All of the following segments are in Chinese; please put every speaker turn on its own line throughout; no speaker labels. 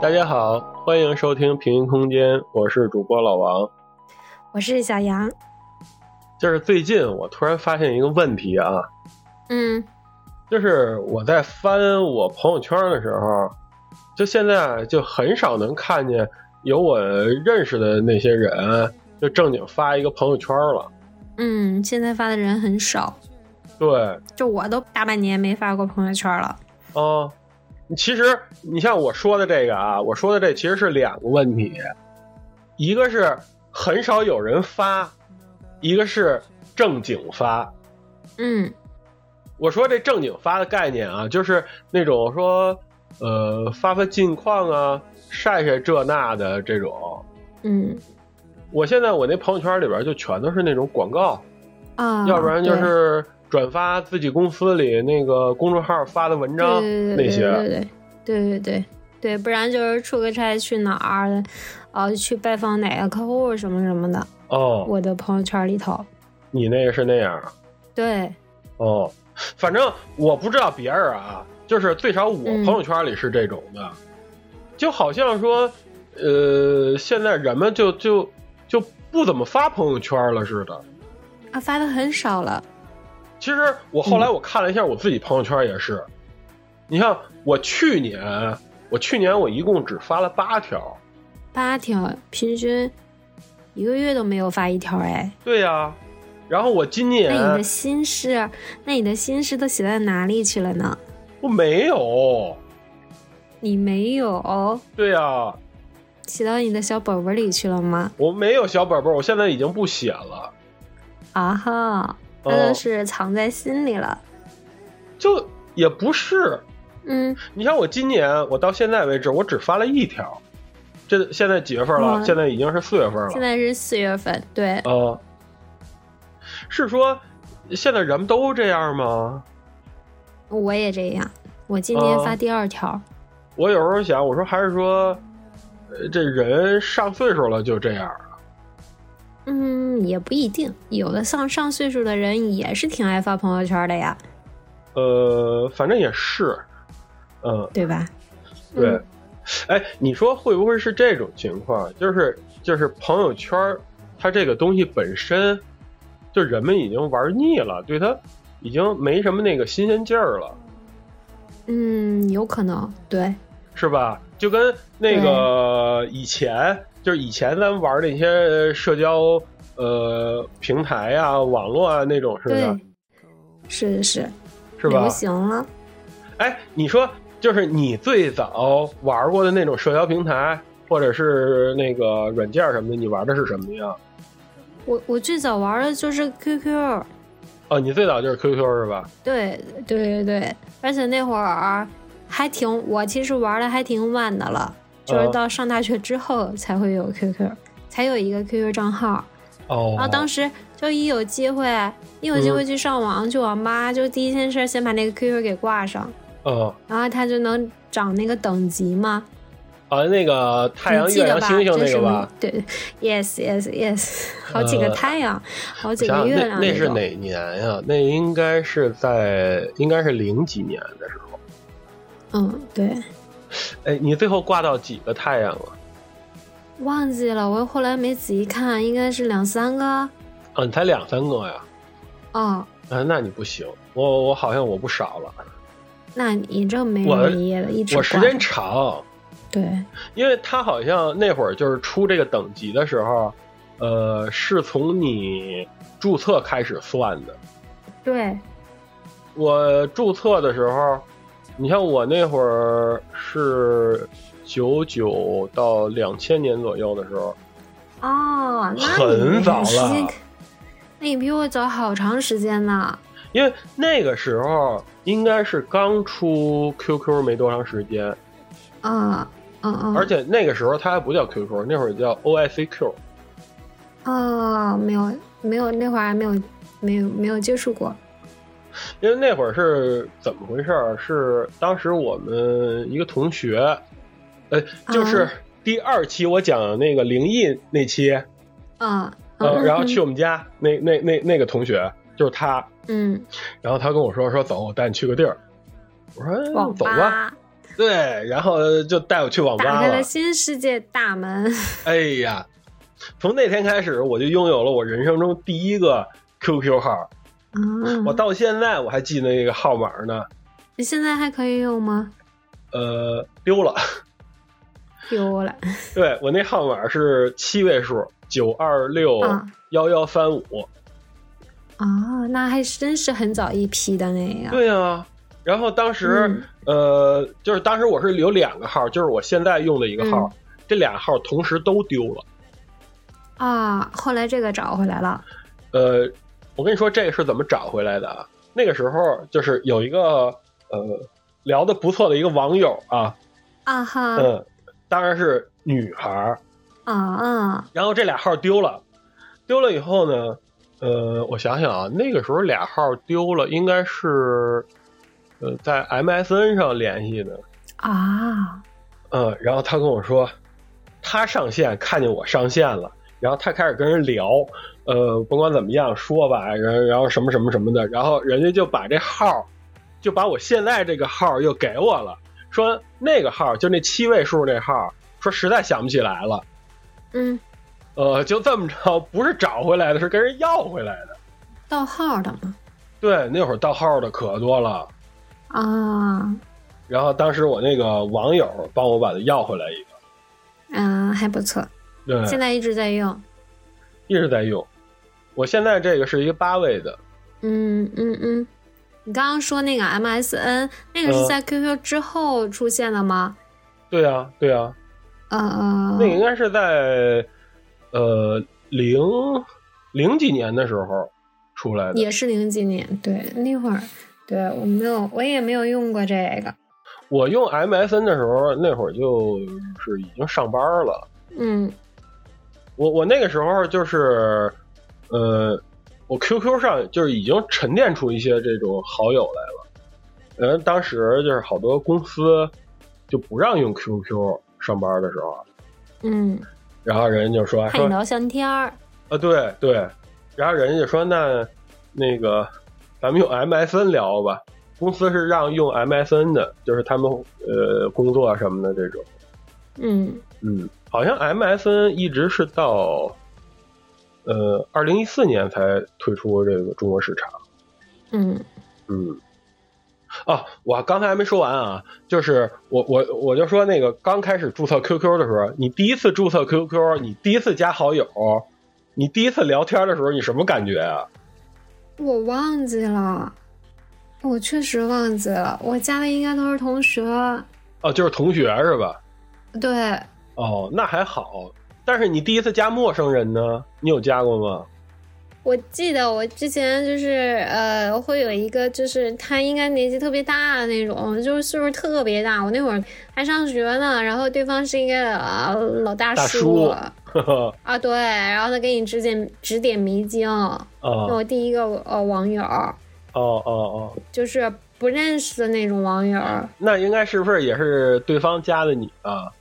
大家好，欢迎收听平行空间，我是主播老王。
我是小杨。
就是最近我突然发现一个问题啊，
嗯
就是我在翻我朋友圈的时候，就现在就很少能看见有我认识的那些人就正经发一个朋友圈了。
嗯，现在发的人很少，
对，
就我都大半年没发过朋友圈了。
哦，其实你像我说的这个啊，我说的这其实是两个问题，一个是很少有人发，一个是正经发。
嗯
我说这正经发的概念啊，就是那种说，呃，发发近况啊，晒晒这那的这种。
嗯
我现在我那朋友圈里边就全都是那种广告，
啊，
要不然就
对
是转发自己公司里那个公众号发的文章
对
那
对
些。
对对对对对对，不然就是出个差去哪儿，呃，去拜访哪个客户什么什么的。
哦，
我的朋友圈里头，
你那个是那样啊
对，
哦，反正我不知道别人啊，就是最少我
嗯
朋友圈里是这种的，就好像说，呃，现在人们就就就不怎么发朋友圈了似的。
啊，发的很少了。
其实我后来我看了一下我自己朋友圈也是，你像我去年，我去年我一共只发了八条。
八条，平均一个月都没有发一条哎。
对呀、然后我今
那你的
年
心事，那你的心事都写在哪里去了呢？
我没有。
你没有
对呀、
写到你的小本本里去了吗？
我没有小本本，我现在已经不写了。
啊哈，
哦
那都是藏在心里了。
就也不是，
嗯，
你像我今年，我到现在为止，我只发了一条。这现在几月份了？
哇
现在已经是四月份了。
嗯现在是四月份，对，
啊、是说现在人们都这样吗？
我也这样。我今天
哦
发第二条，
我有时候想，我说还是说，呃这人上岁数了就这样。
嗯，也不一定，有的上上岁数的人也是挺爱发朋友圈的呀，
呃，反正也是，嗯，
对吧？
对
嗯，
哎，你说会不会是这种情况？就是就是朋友圈儿，它这个东西本身，就人们已经玩腻了，对它已经没什么那个新鲜劲儿了，
嗯，有可能，对，
是吧？就跟那个以前，就是以前咱们玩那些社交呃平台啊、网络啊那种似的
对，，是是
是吧
流？行了。
哎，你说就是你最早玩过的那种社交平台，或者是那个软件什么的，你玩的是什么呀？
我我最早玩的就是 QQ，
哦，你最早就是 QQ 是吧？
对对对对，而且那会儿还挺，我其实玩的还挺晚的了，
嗯
就是到上大学之后才会有 QQ，才有一个 QQ 账号。
哦
然后啊当
时
时就一有机会，一有机会去上网、去网吧，就第一件事先把那个 QQ 给挂上，
嗯
然后它就能涨那个等级嘛。
啊，那个太阳、
你记
月
得
亮、
吧？
星星
这
那
是
个
什
吧
么？？对，yes yes yes，好 几个
呃
太阳，好
我
几
想想
个月
那
亮
那是
种
哪年呀、那应该是在应该是零几年的时候。
嗯，对。
哎，你最后挂到几个太阳啊了？
忘记了，我后来没仔细看，应该是两三个。
啊，你才两三个呀？
哦，
啊，那你不行，我我好像我不少了，
那你这没
我
日没夜的，一直
我时
挂
间长，
对，
因为他好像那会儿就是出这个等级的时候，呃，是从你注册开始算的。
对，
我注册的时候，你像我那会儿是九九到两千年左右的时候，
哦，那你
很早了
时间可，那你比我早好长时间呢。
因为那个时候应该是刚出 QQ 没多长时间，
啊、嗯，嗯嗯，
而且那个时候它还不叫 QQ，那会儿叫 E OICQ。
哦，没有没有，那会儿还没有没有没有接触过。
因为那会儿是怎么回事儿？是当时我们一个同学，
啊
呃，就是第二期我讲那个灵异那期，
啊、
呃，然后去我们家那那那那个同学就是他，
嗯，
然后他跟我说说走，我带你去个地儿。我说哎
网
走吧，
吧
对，然后就带我去网
打
吧
开
了
了。新世界大门，
哎呀，从那天开始，我就拥有了我人生中第一个 QQ 号。
嗯
我，到现在我还记得那个号码呢，
你现在还可以用吗？
呃，丢了。
丢了
对我那号码是七位数，九二六
啊
幺幺三五。
啊，那还真是很早一批的那个，
对呀、然后当时、
嗯
呃，就是当时我是有两个号，就是我现在用的一个号，
嗯
这俩号同时都丢了。
啊，后来这个找回来了，
呃，我跟你说这个是怎么找回来的啊？那个时候就是有一个呃聊的不错的一个网友啊，
啊哈，
嗯，当然是女孩儿。
啊啊，
然后这俩号丢了，丢了以后呢，呃，我想想啊，那个时候俩号丢了，应该是呃在 MSN 上联系的，
啊，
嗯，然后他跟我说，他上线看见我上线了，然后他开始跟人聊，呃，甭管怎么样说吧，然然后什么什么什么的，然后人家就把这号，就把我现在这个号又给我了，说那个号就那七位数那号，说实在想不起来了。
嗯，
呃，就这么着，不是找回来的，是跟人要回来的。
盗号的嘛，
对，那会儿盗号的可多了。
啊，
然后当时我那个网友帮我把它要回来一
嗯，还不错，
个，
现
对，
在一直在用，
一直在用。我现在这个是一个八位的，
嗯嗯嗯。你刚刚说那个 MSN，那个是
嗯
在 QQ 之后出现的吗？
对啊，对啊，
呃呃，
那个应该是在呃零零几年的时候出来的。
呃也是零几年，对，那会儿，对我没有，我也没有用过这个，
我用 MSN 的时候，那会儿就是已经上班了。
嗯
我我那个时候就是，呃，我 QQ 上就是已经沉淀出一些这种好友来了。嗯，当时就是好多公司就不让用 QQ 上班的时候，
嗯，
然后人家就说
看你
说
聊闲天儿，
啊，对对，然后人家就说那那个咱们用 MSN 聊吧，公司是让用 MSN 的，就是他们呃工作什么的这种。
嗯
嗯，好像 MSN 一直是到呃二零一四年才退出这个中国市场。
嗯
嗯，啊，我刚才还没说完啊，就是我我我就说那个刚开始注册 QQ 的时候，你第一次注册 QQ，你第一次加好友，你第一次聊天的时候，你什么感觉啊？
我忘记了，我确实忘记了，我加的应该都是同学，
哦、就是同学是吧？
对，
哦，那还好。但是你第一次加陌生人呢？你有加过吗？
我记得我之前就是呃，会有一个就是他应该年纪特别大的那种，就是岁数特别大。我那会儿还上学呢，然后对方是一个呃老大
大
叔
叔呵呵，
啊，对，然后他给你指点指点迷津。那
哦
我第一个呃网友
哦哦哦，
就是不认识的那种网友
那应该是不是也是对方加的你啊？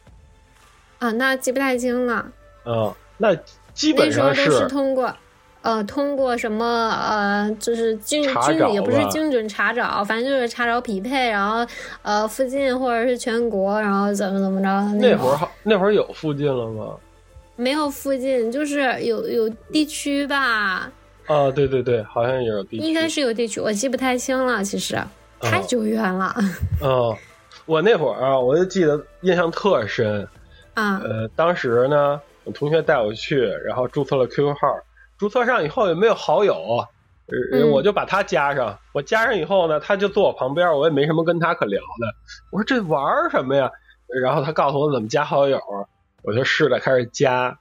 啊，那记不太清了。
嗯，那基
那
本
时候
上
都是通过，呃，通过什么呃，就是精
查
精
找
也不是
吧
精准查找，反正就是查找匹配，然后呃附近或者是全国，然后怎么怎么着的
那
种
会儿好，那会儿有附近了吗？
没有附近，就是有有地区吧，
啊，对对对，好像也有地区。
应该是有地区，我记不太清了，其实太久远了
嗯，我那会儿啊，我就记得印象特深。
啊
呃，当时呢，我同学带我去，然后注册了 QQ 号，注册上以后也没有好友，呃
嗯
我就把他加上。我加上以后呢，他就坐我旁边，我也没什么跟他可聊的。我说这玩儿什么呀？然后他告诉我怎么加好友，我就试着开始加。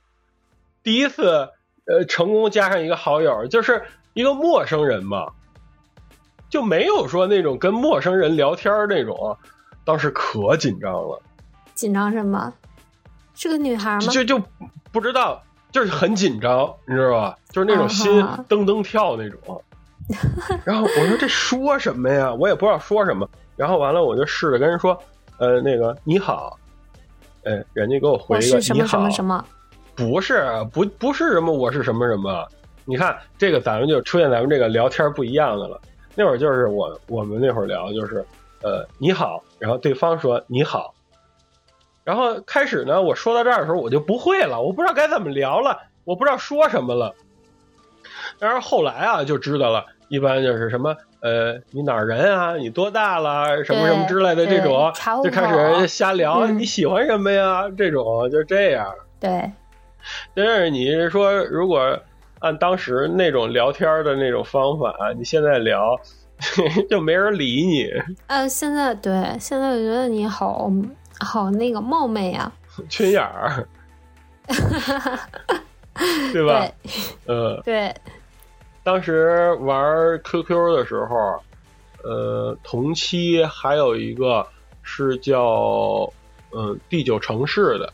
第一次，呃，成功加上一个好友，就是一个陌生人嘛，就没有说那种跟陌生人聊天儿那种，当时可紧张了。
紧张什么？是个女孩吗？
就就不知道，就是很紧张，你知道吧？就是那种心
啊哈
噔噔跳那 种。然后我说这说什么呀？我也不知道说什么。然后完了，我就试着跟人说，呃，那个你好，呃，人家给我回
我
一个
是什
你
么什
好
么什么
不是不不是什么我是什么什么，你看这个咱们就出现咱们这个聊天不一样的了。那会儿就是我我们那会儿聊就是呃你好，然后对方说你好，然后开始呢我说到这儿的时候我就不会了，我不知道该怎么聊了，我不知道说什么了。但是后来啊就知道了，一般就是什么呃你哪儿人啊，你多大了，什么什么之类的这种，
查户
就
口
开始瞎聊、
嗯
你喜欢什么呀，这种就这样。
对，
但是你是说，如果按当时那种聊天的那种方法，啊你现在聊 就没人理你，
呃，现在对，现在我觉得你好好那个冒昧啊，
缺眼儿，对吧？呃，
对
当时玩 QQ 的时候，呃，同期还有一个是叫嗯、呃第九城市的，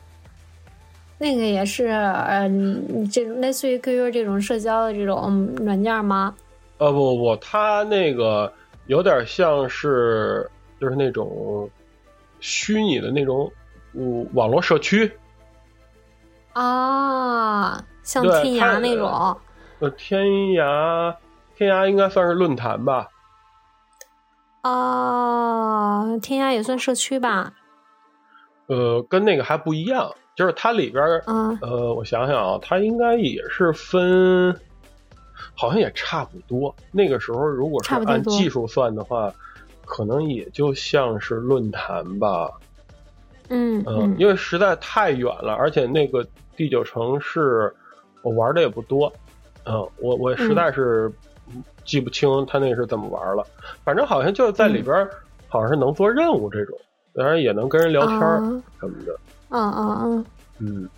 那个也是呃，你你这种类似于 QQ 这种社交的这种嗯软件吗？
呃，不不，它那个有点像是就是那种虚拟的那种嗯网络社区。
啊，像
对
天
它
涯那种，
呃，天涯，天涯应该算是论坛吧？
哦，天涯也算社区吧？
呃，跟那个还不一样，就是它里边儿，
嗯，
呃，我想想啊，它应该也是分，好像也差不多。那个时候如果是
差不多
按
多
技术算的话，可能也就像是论坛吧。
嗯
嗯，因为实在太远了，而且那个第九城市我玩的也不多，嗯，我我实在是记不清他那是怎么玩了，反正好像就是在里边
嗯
儿好像是能做任务这种，当然也能跟人聊天儿
嗯
什么的，
嗯嗯嗯。
嗯，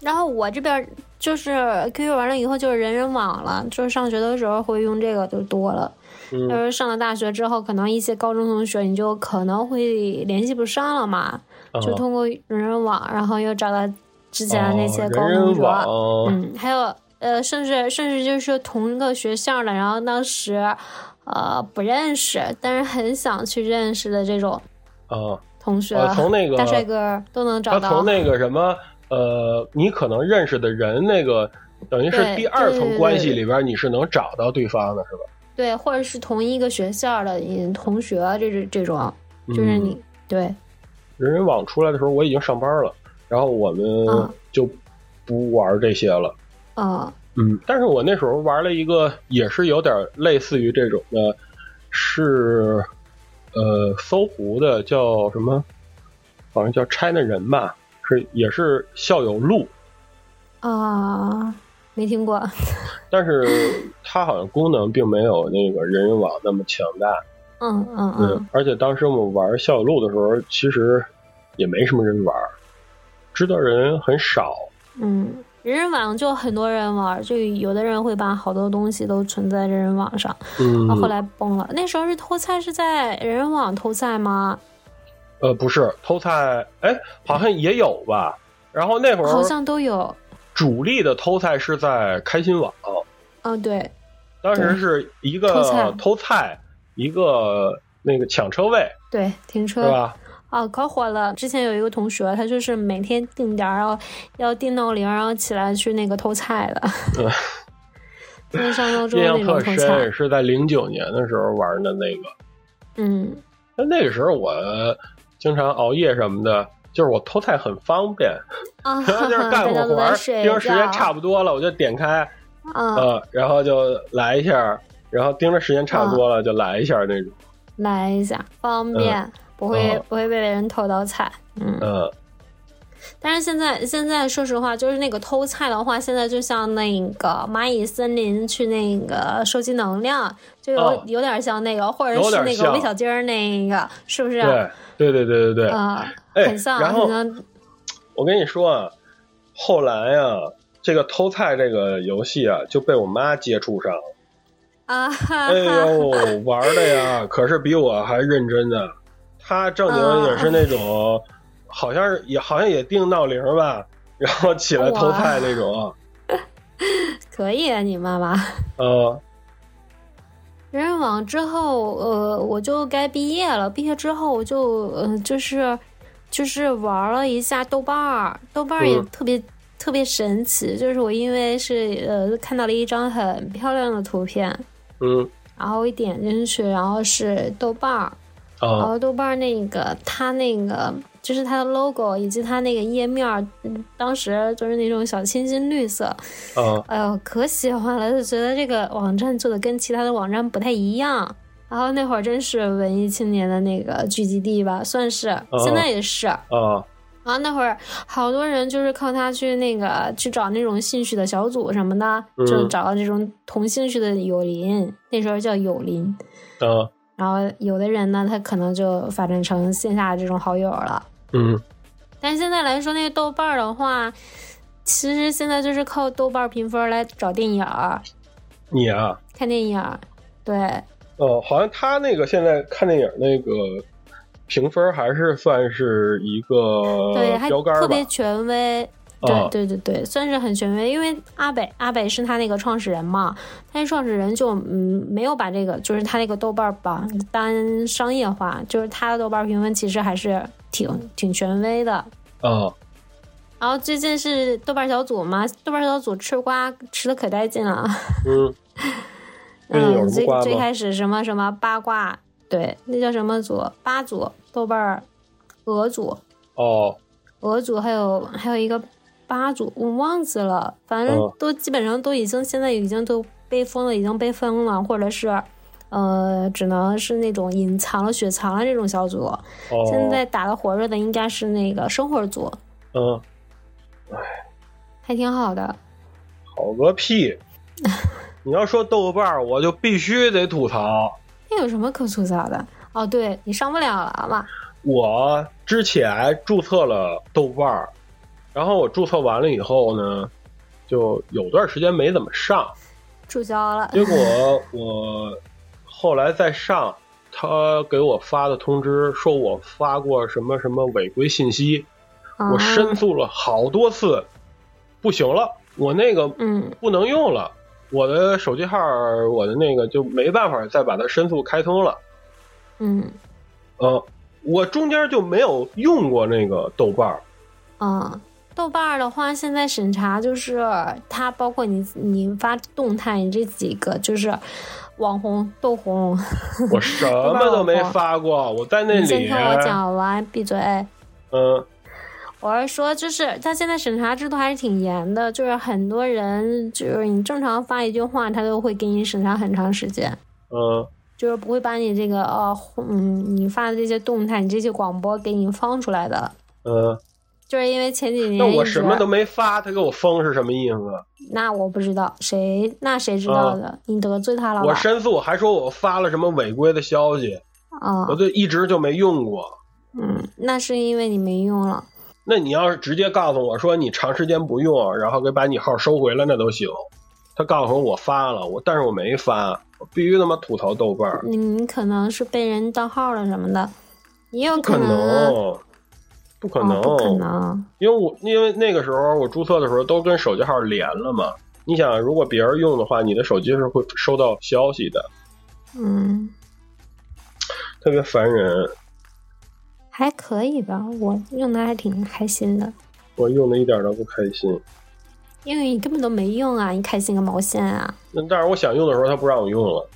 然后我这边就是 QQ 完了以后就是人人网了，就是上学的时候会用这个就多了。就
嗯
是上了大学之后，可能一些高中同学你就可能会联系不上了嘛，
啊
就通过人人网，然后又找到之前的那些高
哦人人
中同学，
网，
嗯，还有呃，甚至甚至就是同一个学校的，然后当时呃不认识，但是很想去认识的这种
啊，
同学，
啊从那个
大帅哥都能找
他
到
从。那个什么呃，你可能认识的人那个。等于是
对
第二
对对
层
对
关系
对
里边，你是能找到对方的，是吧？
对，或者是同一个学校的嗯同学，这这这种，就是
嗯
你、对，
人人网出来的时候，我已经上班了，然后我们
啊
就不玩这些了。
啊、
嗯，但是我那时候玩了一个，也是有点类似于这种的，是呃搜狐的，叫什么？好像叫 China 人吧，是也是校友录，
啊，没听过，
但 是它好像功能并没有那个人人网那么强大。
嗯嗯
嗯
嗯，，
而且当时我们玩校友录的时候，其实也没什么人玩，知道人很少。
嗯，人人网就很多人玩，就有的人会把好多东西都存在人人网上，
嗯，
然哦后后来崩了。那时候是偷菜是在人人网偷菜吗？
呃，不是偷菜，哎，好像也有吧。然后那会
好
儿
像都有。
主力的偷菜是在开心网，
啊，对，
当时是一个
偷菜
偷菜，一个那个抢车位，
对，停
是
车
吧？
啊，可火了。之前有一个同学，他就是每天定点儿，然后要定闹铃，然后起来去那个偷菜的， 就是上高中
印象
那种
特
偷菜。
深，是在零九年的时候玩的那个。
嗯，
那那个时候我经常熬夜什么的，就是我偷菜很方便，
啊，
然后就是干
大
会
家都
活
在
儿，
睡
盯着时间
觉
差不多了，我就点开，
啊，
呃，然后就来一下，然后盯着时间差
嗯
不多了就来一下那种，
来一下，方便，不会、
嗯
不会被人偷到菜。嗯，
嗯。
但是现在现在说实话，就是那个偷菜的话，现在就像那个蚂蚁森林去那个收集能量，就有、
哦
有点像那个，或者
有
是
点
那个
像
魏小鸡儿那个，是不是？
对对对对对对，
啊、
哎
很像，
然后
很像
我跟你说啊，后来啊，这个偷菜这个游戏啊就被我妈接触上，了。
啊 哈
哎
哈，
呦，玩的 呀，可是比我还认真呢。她正经也是那种，好像是也好像也定闹铃吧， 然后起来偷菜那种，
可以啊，你妈妈。
呃，
人人网之后，呃，我就该毕业了。毕业之后，我就呃，就是就是玩了一下豆瓣儿，豆瓣儿也
嗯
特别特别神奇，就是我因为是呃看到了一张很漂亮的图片，
嗯
然后一点进去，然后是豆瓣儿，然
啊
后豆瓣儿那个它那个就是它的 logo 以及它那个页面儿，嗯，当时就是那种小清新绿色，
啊
哎呦可喜欢了，就觉得这个网站做的跟其他的网站不太一样。然后那会儿真是文艺青年的那个聚集地吧，算是，现在也是。
啊
然后那会儿好多人就是靠他去那个去找那种兴趣的小组什么的，
嗯
就是找到这种同兴趣的友邻，那时候叫友邻。
啊
然后有的人呢，他可能就发展成线下这种好友了。
嗯
但是现在来说，那个豆瓣儿的话，其实现在就是靠豆瓣儿评分来找电影儿、
你啊，
看电影儿。对，
哦，好像他那个现在看电影那个评分还是算是一个
对，还
标杆
特
吧
别？权威。
啊
对对对对，算是很权威，因为阿北阿北是他那个创始人嘛，他那创始人就嗯没有把这个就是他那个豆瓣儿榜单商业化，就是他的豆瓣儿评分其实还是挺挺权威的。
啊
然后最近是豆瓣儿小组嘛，豆瓣儿小组吃瓜吃的可带劲了，
嗯，最近有
嗯，
什么
最
瓜
最
吗？
开始什么什么八卦，对，那叫什么组？八组，豆瓣儿俄组，
哦，
俄组还有还有一个八组，我忘记了，反正
哦
都基本上都已经现在已经都被封了，已经被封了，或者是呃，只能是那种隐藏了、雪藏了这种小组。
哦，
现在打的火热的应该是那个生活组，
嗯，
还挺好的。
好个 屁！你要说豆瓣儿，我就必须得吐槽。
那有什么可吐槽的？哦，对你上不了了嘛？
我之前注册了豆瓣儿，然后我注册完了以后呢，就有段时间没怎么上，
注销 了。
结果我后来再上，他给我发的通知说我发过什么什么违规信息，
啊
我申诉了好多次，不行了，我那个
嗯
不能用了，我的手机号，我的那个就没办法再把它申诉开通了。
嗯
嗯，我中间就没有用过那个豆瓣 儿。
嗯，豆瓣儿的话，现在审查就是它包括你你发动态，你这几个就是网红、豆红。
我什么都没发过，我在那
你先
里啊
听，我讲完，闭嘴。
嗯
我是说，就是它现在审查制度还是挺严的，就是很多人就是你正常发一句话，它都会给你审查很长时间。
嗯
就是不会把你这个呃，嗯，你发的这些动态，你这些广播给你放出来的，
嗯，
就是因为前几年
那我
一直
什么都没发，他给我封是什么意思啊？
那我不知道谁，那谁知道的？你得罪他了
嗯
吧？
我申诉还说我发了什么违规的消息，
啊
我，就一直就没用过。
嗯，那是因为你没用了。
那你要是直接告诉我说你长时间不用，然后给把你号收回来，那都行。他告诉我我发了，我但是我没发，我必须他妈吐槽豆瓣儿，
你可能是被人盗号了什么的，也有
不可
能啊，
能，不可
可
能，
不可能。
因为我因为那个时候我注册的时候都跟手机号连了嘛。你想，如果别人用的话，你的手机是会收到消息的，
嗯，
特别烦人。
还可以吧，我用的还挺开心的，
我用的一点都不开心。
因为你根本都没用啊，你开心个毛线啊！
那但是我想用的时候，他不让我用了。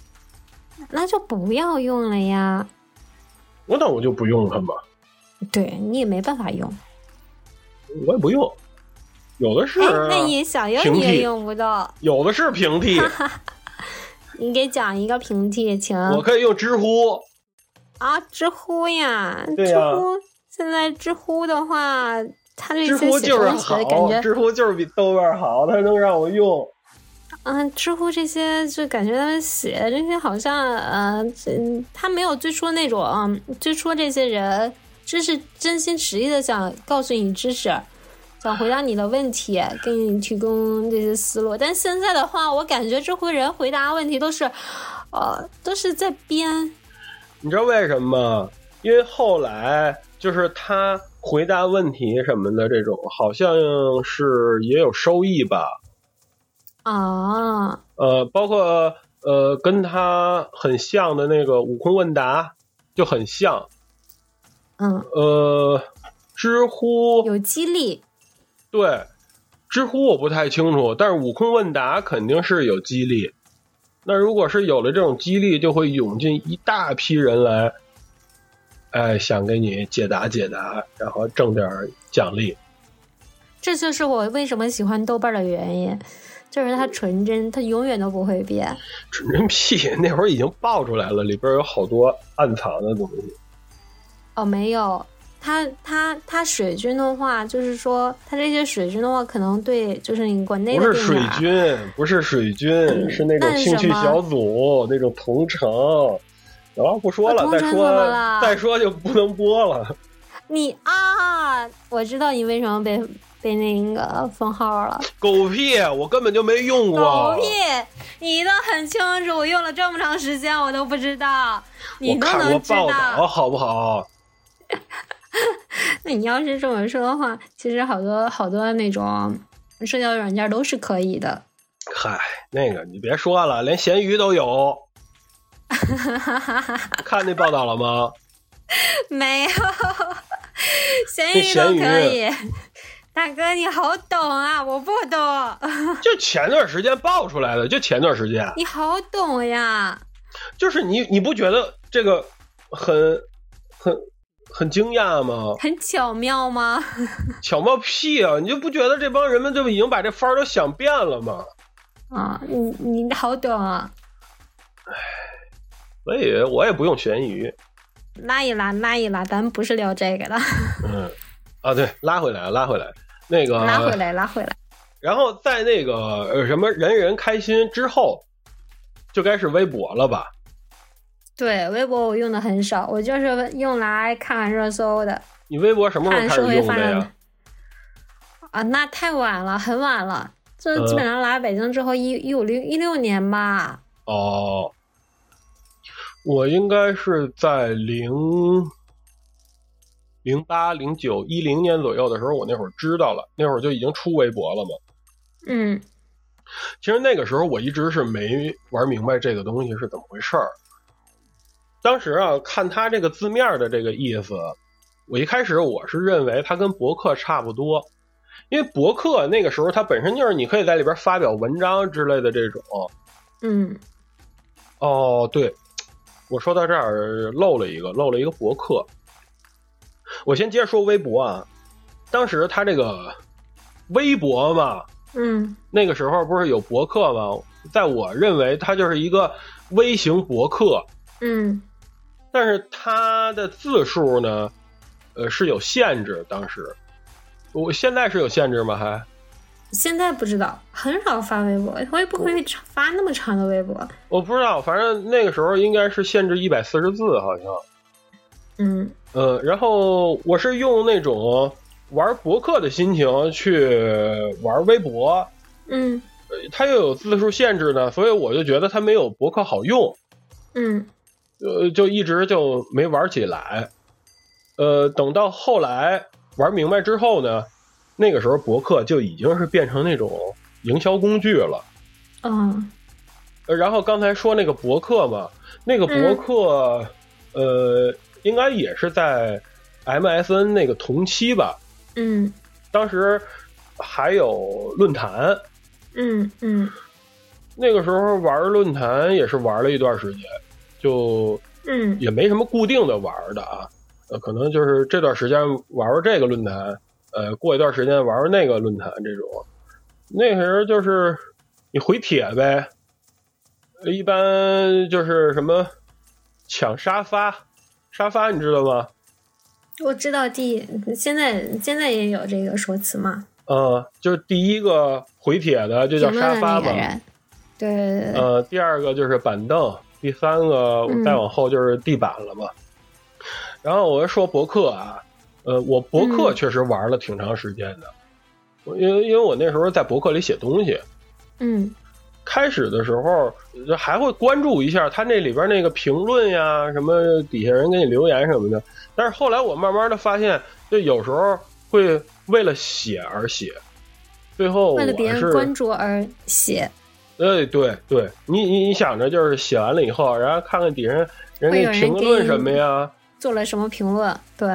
那就不要用了呀。
我那我就不用它嘛，
对你也没办法用，
我也不用，有的是啊
哎，，那你想用
平
你也
替
用不到。
有的是平替，
你给讲一个平替，请。
我可以用知乎，
啊，知乎呀，
对
知
呀
乎现在知乎的话，它这
知
些
乎
写
就是
东西的
好，
感觉，
知乎就是比豆瓣好，它能让我用。
嗯、知乎这些就感觉他们写的这些好像，呃，这他没有最初那种，嗯最初这些人真是真心实意的想告诉你知识。想回答你的问题，给你提供这些思路，但现在的话，我感觉知乎人回答问题都是，呃，都是在编，
你知道为什么吗？因为后来就是他回答问题什么的这种，好像是也有收益吧。
啊，
呃，包括呃跟他很像的那个悟空问答就很像。
嗯，
呃，知乎
有激励，
对，知乎我不太清楚，但是悟空问答肯定是有激励。那如果是有了这种激励，就会涌进一大批人来，哎，想给你解答解答，然后挣点儿奖励。
这就是我为什么喜欢豆瓣的原因，就是它纯真，它永远都不会变。
纯真屁，那会儿已经爆出来了，里边有好多暗藏的东西。
哦，没有，它它它水军的话，就是说它这些水军的话，可能对就是你国内
不是
的电
水
影儿
军，不是水军，是那种
那是
兴趣
什么
小组，那种同城。然后不说了，
啊同
再
城
说
怎么了
再说就不能播了。
你啊，我知道你为什么被被那个封号了。
狗屁，我根本就没用过。
狗屁！你都很清楚，我用了这么长时间，我都不知道，你
我
都
看过
能知
报道，
道。
好不好？
那你要是这么说的话，其实好多好多那种社交软件都是可以的。
嗨，那个你别说了，连咸鱼都 有。看那报道了吗？
没有， 咸
这
鱼都
咸鱼
可以。大哥，你好懂啊！我不懂，
就前段时间爆出来的，就前段时间，
你好懂呀！
就是你你不觉得这个很很很惊讶吗？
很巧妙吗？
巧冒屁啊！你就不觉得这帮人们就已经把这法儿都想遍了吗？
啊，你你好懂啊！
所以我也不用咸鱼，
拉一拉，拉一拉，咱们不是聊这个的，
嗯，啊对，拉回来，拉回来，那个
拉回来，拉回来。
然后在那个呃什么人人开心之后，就该是微博了吧？
对，微博我用的很少，我就是用来看看热搜的
你微博什么时候
看
开
社
始
会
用
发
的
展
呀？
啊。那太晚了，很晚了，
嗯
这基本上来北京之后一一五六一六年吧。
哦，我应该是在零零八、零九、一零年左右的时候，我那会儿知道了，那会儿就已经出微博了嘛。
嗯，
其实那个时候我一直是没玩明白这个东西是怎么回事儿。当时啊，看他这个字面的这个意思，我一开始我是认为它跟博客差不多，因为博客那个时候它本身就是你可以在里边发表文章之类的这种。
嗯，
哦，对，我说到这儿漏了一个，漏了一个博客。我先接着说微博啊，当时他这个微博嘛，
嗯，
那个时候不是有博客吗？在我认为，它就是一个微型博客，
嗯，
但是它的字数呢，呃，是有限制。当时，我现在是有限制吗？还
现在不知道，很少发微博，会不会长发那么长的微博？
我不知道，反正那个时候应该是限制一百四十字，好像。
嗯
呃，然后我是用那种玩博客的心情去玩微博，
嗯
呃它又有字数限制呢，所以我就觉得它没有博客好用。
嗯
呃，就一直就没玩起来。呃，等到后来玩明白之后呢，那个时候博客就已经是变成那种营销工具了。
嗯
呃然后刚才说那个博客嘛，那个博客，呃，应该也是在 MSN 那个同期吧，
嗯
当时还有论坛。
嗯嗯
那个时候玩论坛也是玩了一段时间，就
嗯
也没什么固定的玩儿的啊，呃，可能就是这段时间玩玩这个论坛，呃，过一段时间玩玩那个论坛这种。那时候就是你回帖呗，一般就是什么抢沙发，沙发你知道吗？
我知道第现在现在也有这个说辞嘛，
嗯，就是第一个回帖的就
评
叫
论
沙
的
发
那个
嘛，
人，对对对对，
呃，第二个就是板凳，第三个
嗯
再往后就是地板了嘛。然后我就说博客啊，呃，我博客
嗯
确实玩了挺长时间的，我因为因为我那时候在博客里写东西，
嗯
开始的时候就还会关注一下他那里边那个评论呀，什么底下人给你留言什么的。但是后来我慢慢的发现，就有时候会为了写而写，最后
为了别
我
人
是
关注而写，
哎，对对，你你你想着就是写完了以后，然后看看底下人人
会
给
有人
评
给
论
你
什么呀？
做了什么评论，对，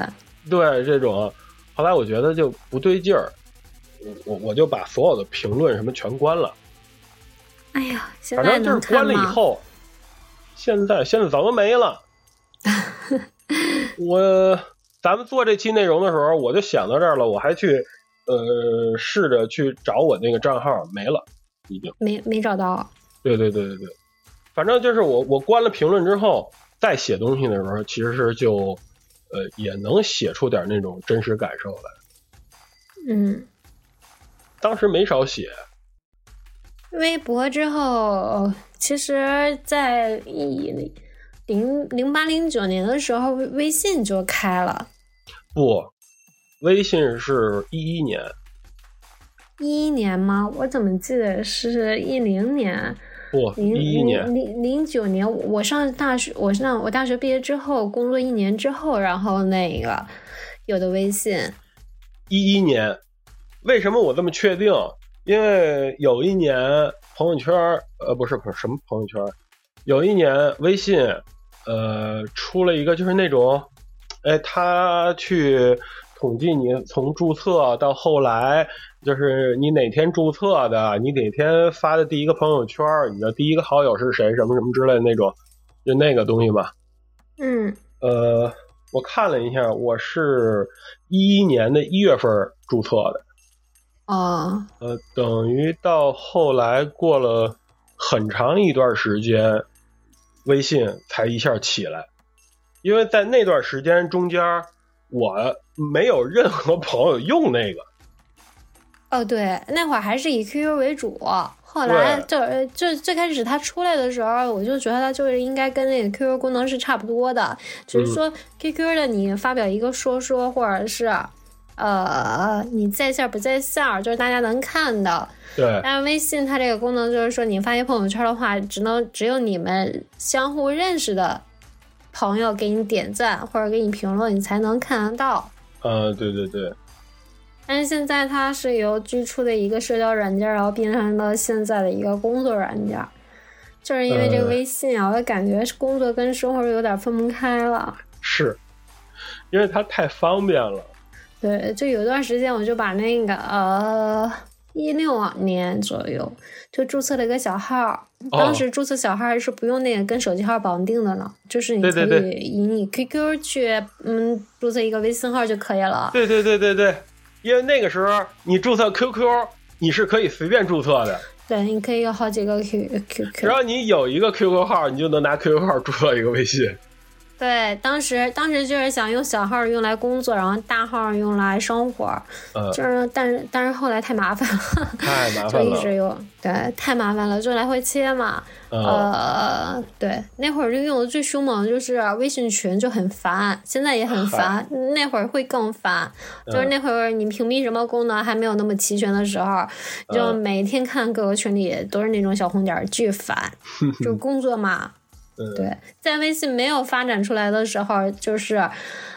对，这种，后来我觉得就不对劲儿，我我就把所有的评论什么全关了，
哎呀，现
反
在
正就
能
是关
看
了以
吗？
后，现在现在早都没了。 我咱们做这期内容的时候，我就想到这儿了，我还去呃试着去找我那个账号，没了，已经。
没没找到，
对对对对对，反正就是我我关了评论之后，再写东西的时候，其实是就呃也能写出点那种真实感受来。
嗯。
当时没少写，
微博之后，呃其实在一零零八零九年的时候，微微信就开了。
不，微信是一一年，
一一年吗？我怎么记得是一零年？
不
零
一一年
零零零九年，我我上大学，我上我大学毕业之后，工作一年之后，然后那个有的微信，
一一年，为什么我这么确定？因为有一年朋友圈儿，呃，不是不是什么朋友圈儿，有一年微信，呃，出了一个就是那种，哎，他去统计你从注册到后来，就是你哪天注册的，你哪天发的第一个朋友圈儿，你的第一个好友是谁，什么什么之类的那种，就那个东西吧。
嗯，
呃，我看了一下，我是一一年的一月份儿注册的，
哦，
呃，等于到后来过了很长一段时间，微信才一下起来，因为在那段时间中间儿，我没有任何朋友用那个，
哦，对，那会儿还是以 QQ 为主，后来就就最开始它出来的时候，我就觉得它就是应该跟那个 QQ 功能是差不多的，只是说 QQ 的你发表一个说说，或者是呃你在线儿不在线儿，就是大家能看的。
对
但是微信它这个功能就是说，你发一朋友圈的话，只能只有你们相互认识的朋友给你点赞或者给你评论，你才能看得到。
呃，对对对，
但是现在它是由最初的一个社交软件，然后变成了现在的一个工作软件，就是因为这个
呃
微信啊，我感觉是工作跟生活有点分不开了。
是因为它太方便了，
对，就有段时间我就把那个呃一六年左右就注册了一个小号儿，
哦
当时注册小号儿是不用那个跟手机号儿绑定的了，就是你
对
可
对
以以你 QQ 去嗯注册一个微信号就可以了。
对对对对对，因为那个时候你注册 QQ，你是可以随便注册的。
对，你可以有好几个 Q QQ。
只要你有一个 QQ 号，你就能拿 QQ 号注册一个微信。
对，当时当时就是想用小号用来工作，然后大号用来生活，
嗯，
就是但是但是后来太麻烦了，
太麻
就
烦
一
了。
直用，对，太麻烦了，就来回切嘛。
嗯，
呃，对，那会儿就用的最凶猛的就是微信群就很烦，现在也很烦，那会儿会更烦，
嗯
就是那会儿你屏蔽什么功能还没有那么齐全的时候，就
嗯
每天看各个群里都是那种小红点儿，巨 烦，就工作嘛。
嗯
对，在微信没有发展出来的时候，就是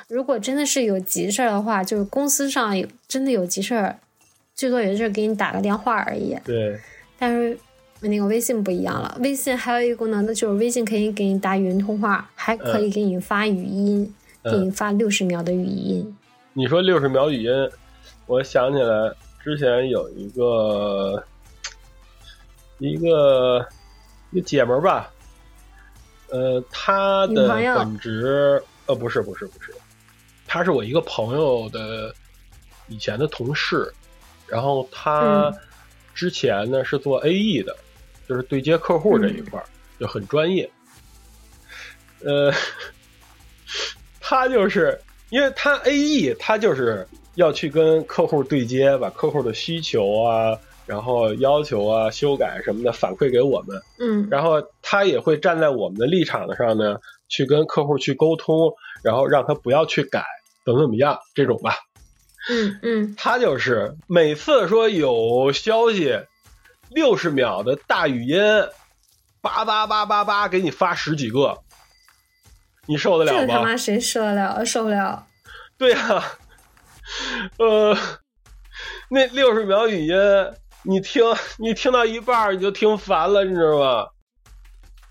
如果真的是有急事儿的话，就是公司上有真的有急事儿，最多也就是给你打个电话而已。
对，
但是那个微信不一样了，微信还有一个功能的就是微信可以给你打语音通话，还可以给你发语音，
嗯
给你发六十秒的语音。
你说六十秒语音，我想起来之前有一个一个一个姐们儿吧，呃，她
女
的
朋友
本职呃不是不是不是，她是我一个朋友的以前的同事，然后她
嗯
之前呢是做 AE 的，就是对接客户这一块儿、就很专业，呃。他就是因为他 AE，他就是要去跟客户对接，把客户的需求啊，然后要求啊、修改什么的反馈给我们，
嗯
然后他也会站在我们的立场上呢，去跟客户去沟通，然后让他不要去改，怎么怎么样这种吧。
嗯嗯，
他就是每次说有消息，六十秒的大语音，叭叭叭叭叭给你发十几个，你受得
这
了
个
吗？
他妈谁受得了？受不了。
对呀、呃，那六十秒语音，你听你听到一半儿你就听烦了，你知道吗？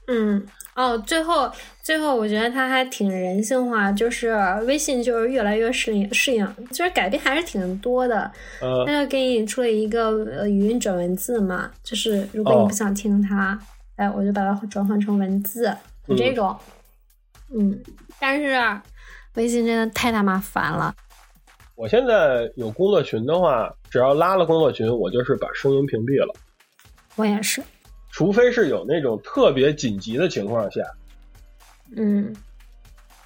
嗯，哦，最后最后，我觉得它还挺人性化，就是微信就是越来越适应适应，就是改变还是挺多的。
呃，
它就给你出了一个呃语音转文字嘛，就是如果你不想听它，哎，我就把它转换成文字，就这种。嗯，但是微信真的太他妈烦了。
我现在有工作群的话，只要拉了工作群，我就是把声音屏蔽了，
我也是，
除非是有那种特别紧急的情况下，
嗯。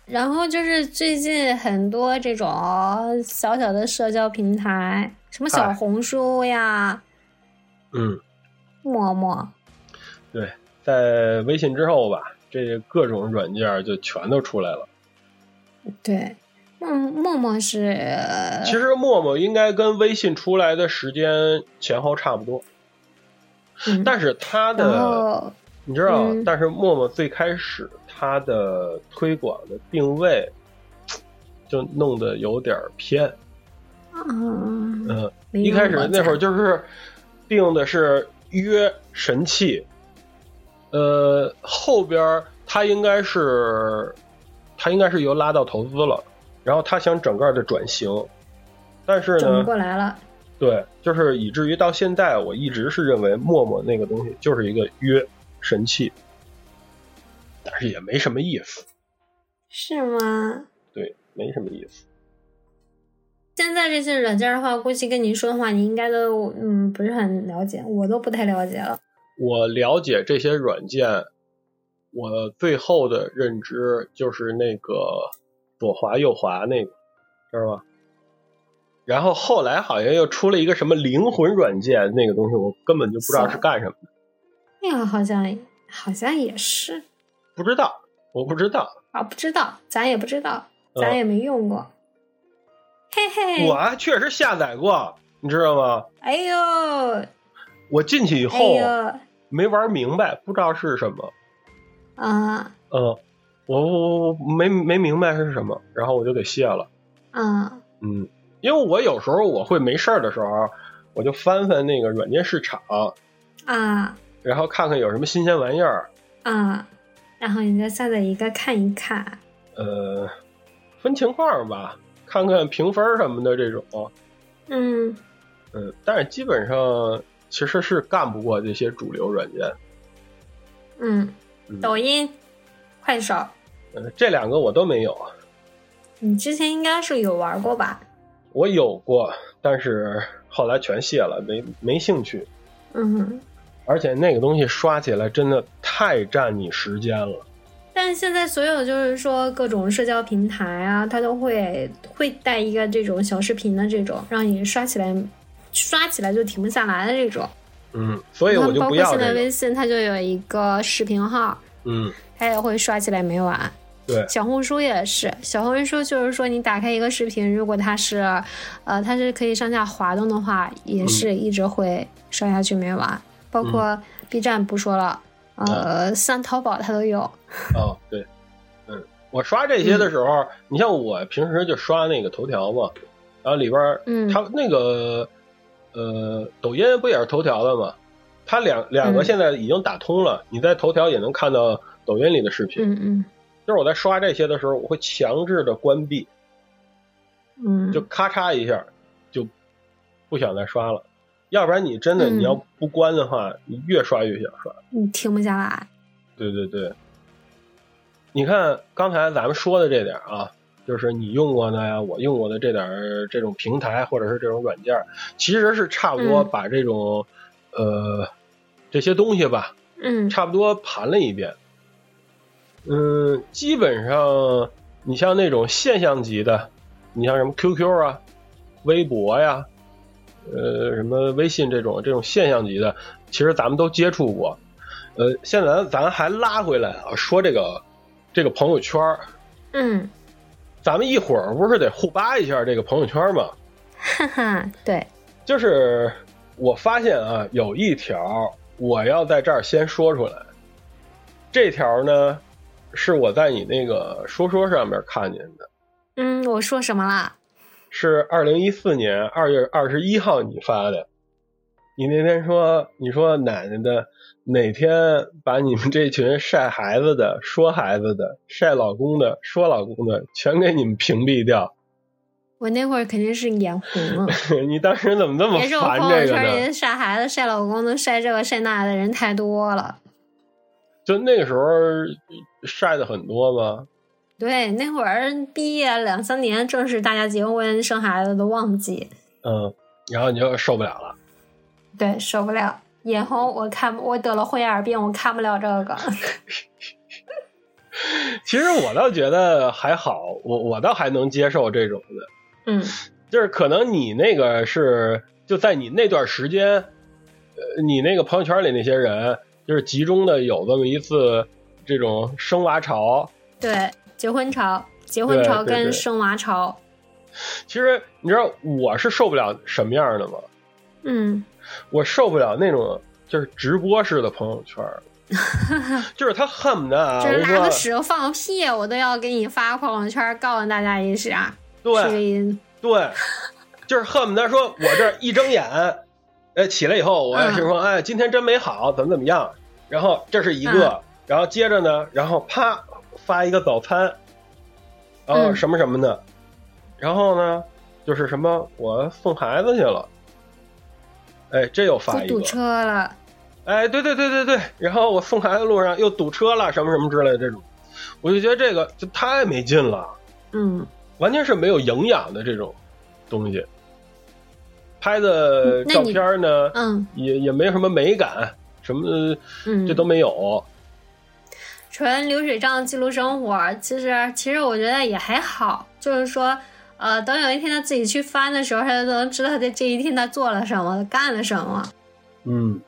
然后就是最近很多这种小小的社交平台，什么小
哎
红书呀、
嗯，
陌陌，
对，在微信之后吧，这各种软件就全都出来了。
对，陌陌陌是，嗯
其实陌陌应该跟微信出来的时间前后差不多，
嗯、
但是它
然
的
后
你知道，
嗯
但是陌陌最开始它的推广的定位就弄得有点儿偏，
嗯，
嗯，
没
一开始
用过
那会儿
家
就是定的是约神器，呃，后边儿他应该是他应该是由拉到投资了，然后他想整个的转型，但是
转不
呢，
过来了，
对，就是以至于到现在，我一直是认为陌陌那个东西就是一个约神器，但是也没什么意思，
是吗？
对，没什么意思。
现在这些软件的话，估计跟你说的话，你应该都嗯不是很了解，我都不太了解了。
我了解这些软件，我最后的认知就是那个左滑右滑那个，知道吧？然后后来好像又出了一个什么灵魂软件那个东西，我根本就不知道是干什么的，
那个好像好像也是
不知道，我不知道。
啊，不知道，咱也不知道，
嗯
咱也没用过。嘿嘿，
我还确实下载过，你知道吗？
哎呦，
我进去以
哎
后
呦，
没玩明白，不知道是什么。
啊
嗯，我我我没没明白是什么，然后我就给卸了。
啊
嗯，因为我有时候我会没事儿的时候，啊我就翻翻那个软件市场，
啊
然后看看有什么新鲜玩意儿。
啊！然后你再下载一个看一看。
呃，分情况吧，看看评分儿什么的这种。
嗯，
嗯，但是基本上其实是干不过这些主流软件。
嗯，
嗯
抖音、快手，
呃这两个我都没有，
你之前应该是有玩过吧？
我有过，但是后来全卸了，没没兴趣。
嗯，
而且那个东西刷起来真的太占你时间了。
但现在所有就是说各种社交平台啊，它都会会带一个这种小视频的这种，让你刷起来，刷起来就停不下来的这种。
嗯，所以我就
包
不
括
要
现
这
在
个。
微信，它就有一个视频号，
嗯，
它也会刷起来没完。
对。
小红书也是，小红书就是说你打开一个视频，如果它是，呃，它是可以上下滑动的话，也
嗯
是一直会刷下去没完。包括 B 站不说了，
嗯
呃，像淘宝它都有。
哦，对，嗯，我刷这些的时候，你像我平时就刷那个头条嘛，然后里边儿
嗯
它那个呃，抖音不也是头条的嘛？它两两个
嗯
现在已经打通了，你在头条也能看到抖音里的视频。
嗯嗯
就是我在刷这些的时候，我会强制的关闭，
嗯，
就咔嚓一下，就不想再刷了。要不然你真的
嗯
你要不关的话，你越刷越想刷。
你停不下来。
对对对，你看刚才咱们说的这点儿啊，就是你用过的呀，我用过的这点儿这种平台或者是这种软件儿，其实是差不多
嗯
把这种、呃这些东西吧，
嗯
差不多盘了一遍。嗯，基本上你像那种现象级的，你像什么 QQ 啊、微博呀、呃什么微信这种这种现象级的，其实咱们都接触过。呃，现在咱还拉回来啊，说这个这个朋友圈儿，
嗯，
咱们一会儿不是得互扒一下这个朋友圈吗？
哈哈，对，
就是我发现啊，有一条我要在这儿先说出来。这条呢，是我在你那个说说上面看见的，
嗯，我说什么了？
是二零一四年二月二十一号你发的。你那天说，你说奶奶的哪天把你们这群晒孩子的、说孩子的、晒老公的、说老公的，全给你们屏蔽掉。
我那会儿肯定是眼红 了。
你当时怎么那么
也是我
烦
朋友
这个
圈
呢？
里晒孩子、晒老公的、晒这个晒那的人太多了。
就那个时候晒的很多吗？
对，那会儿毕业两三年，正是大家结婚生孩子的旺季，
嗯，然后你就受不了了。
对，受不了，眼红。我看我得了灰眼病，我看不了这个。
其实我倒觉得还好，我我倒还能接受这种的，
嗯，
就是可能你那个是就在你那段时间，呃，你那个朋友圈里那些人，就是集中的有这么一次这种生娃潮。
对，结婚潮，结婚
对
潮
对对
跟生娃潮，
其实你知道我是受不了什么样的吗？
嗯，
我受不了那种就是直播式的朋友圈 儿，就是他恨不得啊，我
就是
跟你
拉
说
个，屎放个屁，我都要给你发朋友圈告诉大家一下，是这个
对
意思。
对，就是恨不得说我这儿一睁眼，呃，起来以后我
嗯
就说，哎，今天真美好，怎么怎么样，然后这是一
嗯
个，然后接着呢，然后啪发一个早餐，然后
嗯
什么什么的，然后呢就是什么我送孩子去了。哎，这又发
不
一个
堵，车了，
哎，对对对对对，然后我送孩子路上又堵车了，什么什么之类的这种，我就觉得这个就太没劲了，
嗯，
完全是没有营养的这种东西。拍的
嗯那
照
你
片呢，
嗯
也也没有什么美感，什么呃
嗯，
这都没有。
纯流水账记录生活，其实其实我觉得也还好，就是说，呃，等有一天他自己去翻的时候，他就能知道他这一天他做了什么，干了什么。
嗯，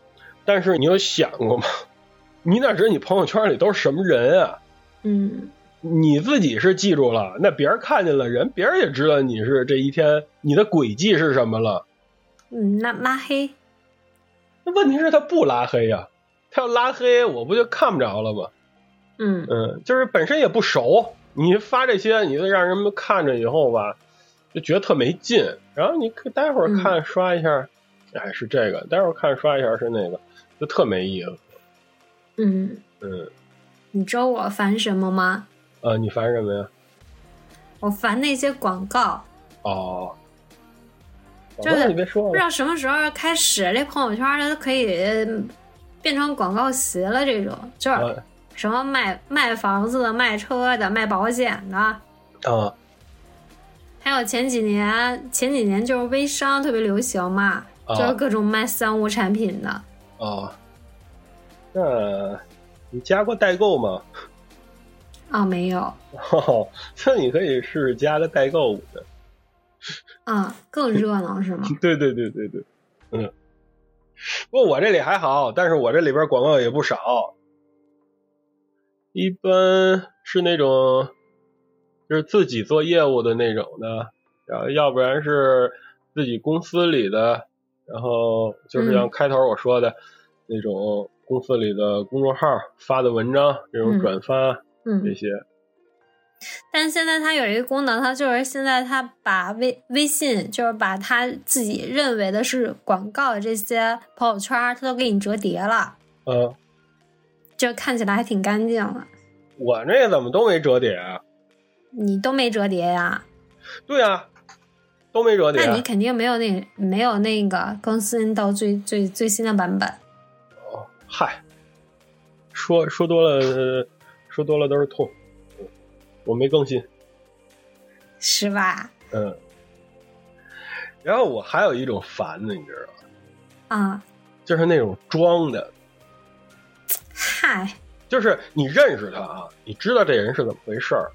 但是你有想过吗？ 你哪知你朋友圈里都是什么人啊？
嗯，
你自己是记住了，那别人看见了，人别人也知道你是这一天你的轨迹是什么了。
嗯，那拉黑，
那问题是他不拉黑呀、他要拉黑，我不就看不着了吗？
嗯，
嗯，就是本身也不熟，你发这些，你就让人们看着以后吧，就觉得特没劲。然后你可待会
嗯
儿看刷一下，哎是这个，待会儿看刷一下是那个，就特没意思。
嗯，
嗯，
你知道我烦什么吗？
呃，你烦什么呀？
我烦那些广告，
哦，哦
就是
那你别说
不知
了，
道什么时候开始，这朋友圈它都可以嗯变成广告席了，这种就是
啊
什么卖卖房子的、卖车的、卖保险的，
啊，
还有前几年，前几年就是微商特别流行嘛，
啊
就是各种卖三无产品的。
哦，那你加过代购 吗？
啊、没有，
哦，那你可以试试加个代购的。
啊，更热闹是吗？
对对对对对，嗯。不过我这里还好，但是我这里边广告也不少，一般是那种就是自己做业务的那种的，然后要不然是自己公司里的，然后就是像
嗯
开头我说的、那种公司里的公众号发的文章，这种
嗯
转发这
嗯，
些，
但现在它有一个功能，它就是现在它把微微信，就是把它自己认为的是广告的这些朋友圈，它都给你折叠了，
嗯、
就看起来还挺干净的。
我那怎么都没折叠啊？
你都没折叠呀？
对啊，都没折叠啊。
那你肯定没有那没有那个更新到最最最新的版本。
嗨，说说多了，呃说多了都是痛。我没更新，
是吧？
嗯。然后我还有一种烦的，你知道吗？
啊、
就是那种装的，
嗨，
就是你认识他啊，你知道这人是怎么回事儿，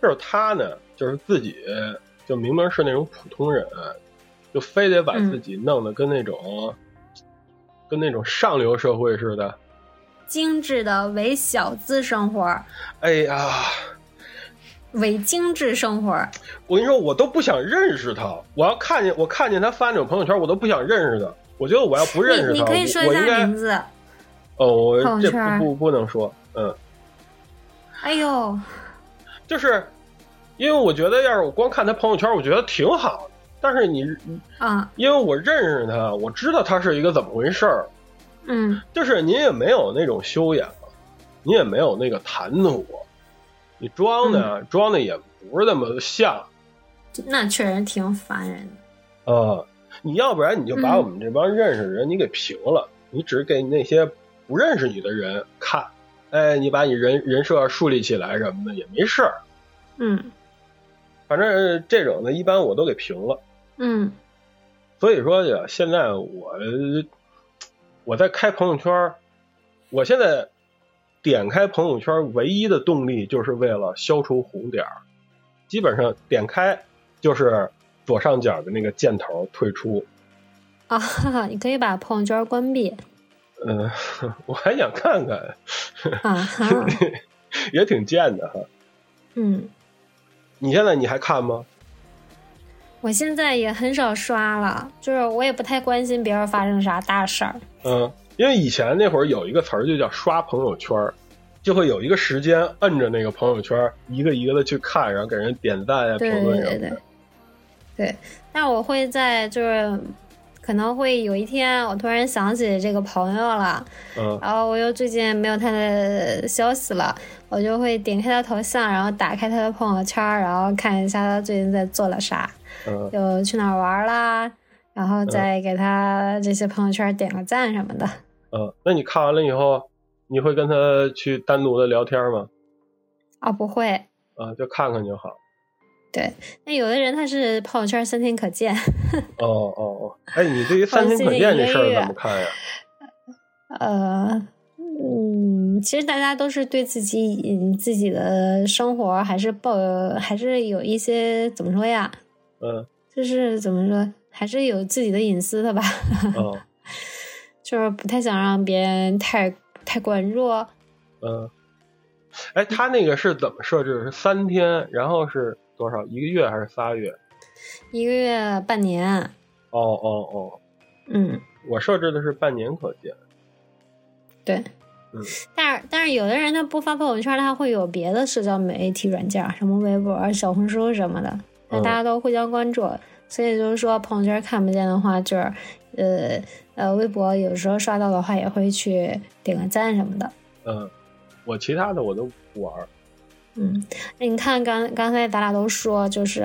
就是他呢，就是自己就明明是那种普通人，就非得把
嗯
自己弄得跟那种、跟那种上流社会似的，
精致的伪小资生活，
哎呀，
伪精致生活。
我跟你说，我都不想认识他。我要看见我看见他发那种朋友圈，我都不想认识他。我觉得我要不认识他，
你你可以说一
我我应
下名
该
字。
哦，我
朋
这
友
不
圈
不不能说，嗯，
哎呦，
就是因为我觉得要是我光看他朋友圈，我觉得挺好的。但是你
啊，
因为我认识他，我知道他是一个怎么回事儿，
嗯
就是你也没有那种修养，你也没有那个谈吐，你装的、啊
嗯
装的也不是那么像
那确实挺烦人的。
啊、你要不然你就把我们这帮认识的人你给平了，你只给那些不认识你的人看，哎，你把你人人设树立起来什么的也没事儿，
嗯
反正呃这种的一般我都给平了。
嗯
所以说呀，现在我我在开朋友圈儿，我现在点开朋友圈儿唯一的动力就是为了消除红点儿，基本上点开就是左上角的那个箭头退出。
啊，你可以把朋友圈关闭
嗯、我还想看看，
啊 哈。
也挺贱的哈。
嗯，
你现在你还看吗？
我现在也很少刷了，就是我也不太关心别人发生啥大事儿。
嗯，因为以前那会儿有一个词儿就叫刷朋友圈儿，就会有一个时间摁着那个朋友圈儿，一个一个的去看，然后给人点赞呀、
对
评论
对
呀。
对对，对。但我会在就是，可能会有一天我突然想起这个朋友了，
嗯
然后我又最近没有他的消息了，我就会点开他头像，然后打开他的朋友圈儿，然后看一下他最近在做了啥，
嗯
就去哪儿玩儿啦，然后再给他这些朋友圈儿点个赞什么的。
嗯，那你看完了以后，你会跟他去单独的聊天吗？
啊、不会，
啊，就看看就好。
那有的人他是朋友圈儿三天可见。
哦哦哦，哎，你对于三天可见这事儿怎么看呀？
呃，嗯，其实大家都是对自己嗯自己的生活还是抱有还是有一些怎么说呀，
嗯
就是怎么说，还是有自己的隐私的吧，
哦
就是不太想让别人太太关注。
嗯，哎，他那个是怎么设置？是三天，然后是多少？一个月还是仨月？
一个月半年，
哦哦哦，
嗯，
我设置的是半年可见。
对。
嗯
但是但是有的人他不发朋友圈，他会有别的社交媒体软件，什么微博、小红书什么的，那
嗯
大家都互相关注，所以就是说朋友圈看不见的话，就是呃呃微博有时候刷到的话也会去点个赞什么的。
嗯，我其他的我都不玩儿。
嗯，那你看刚刚才咱俩都说，就是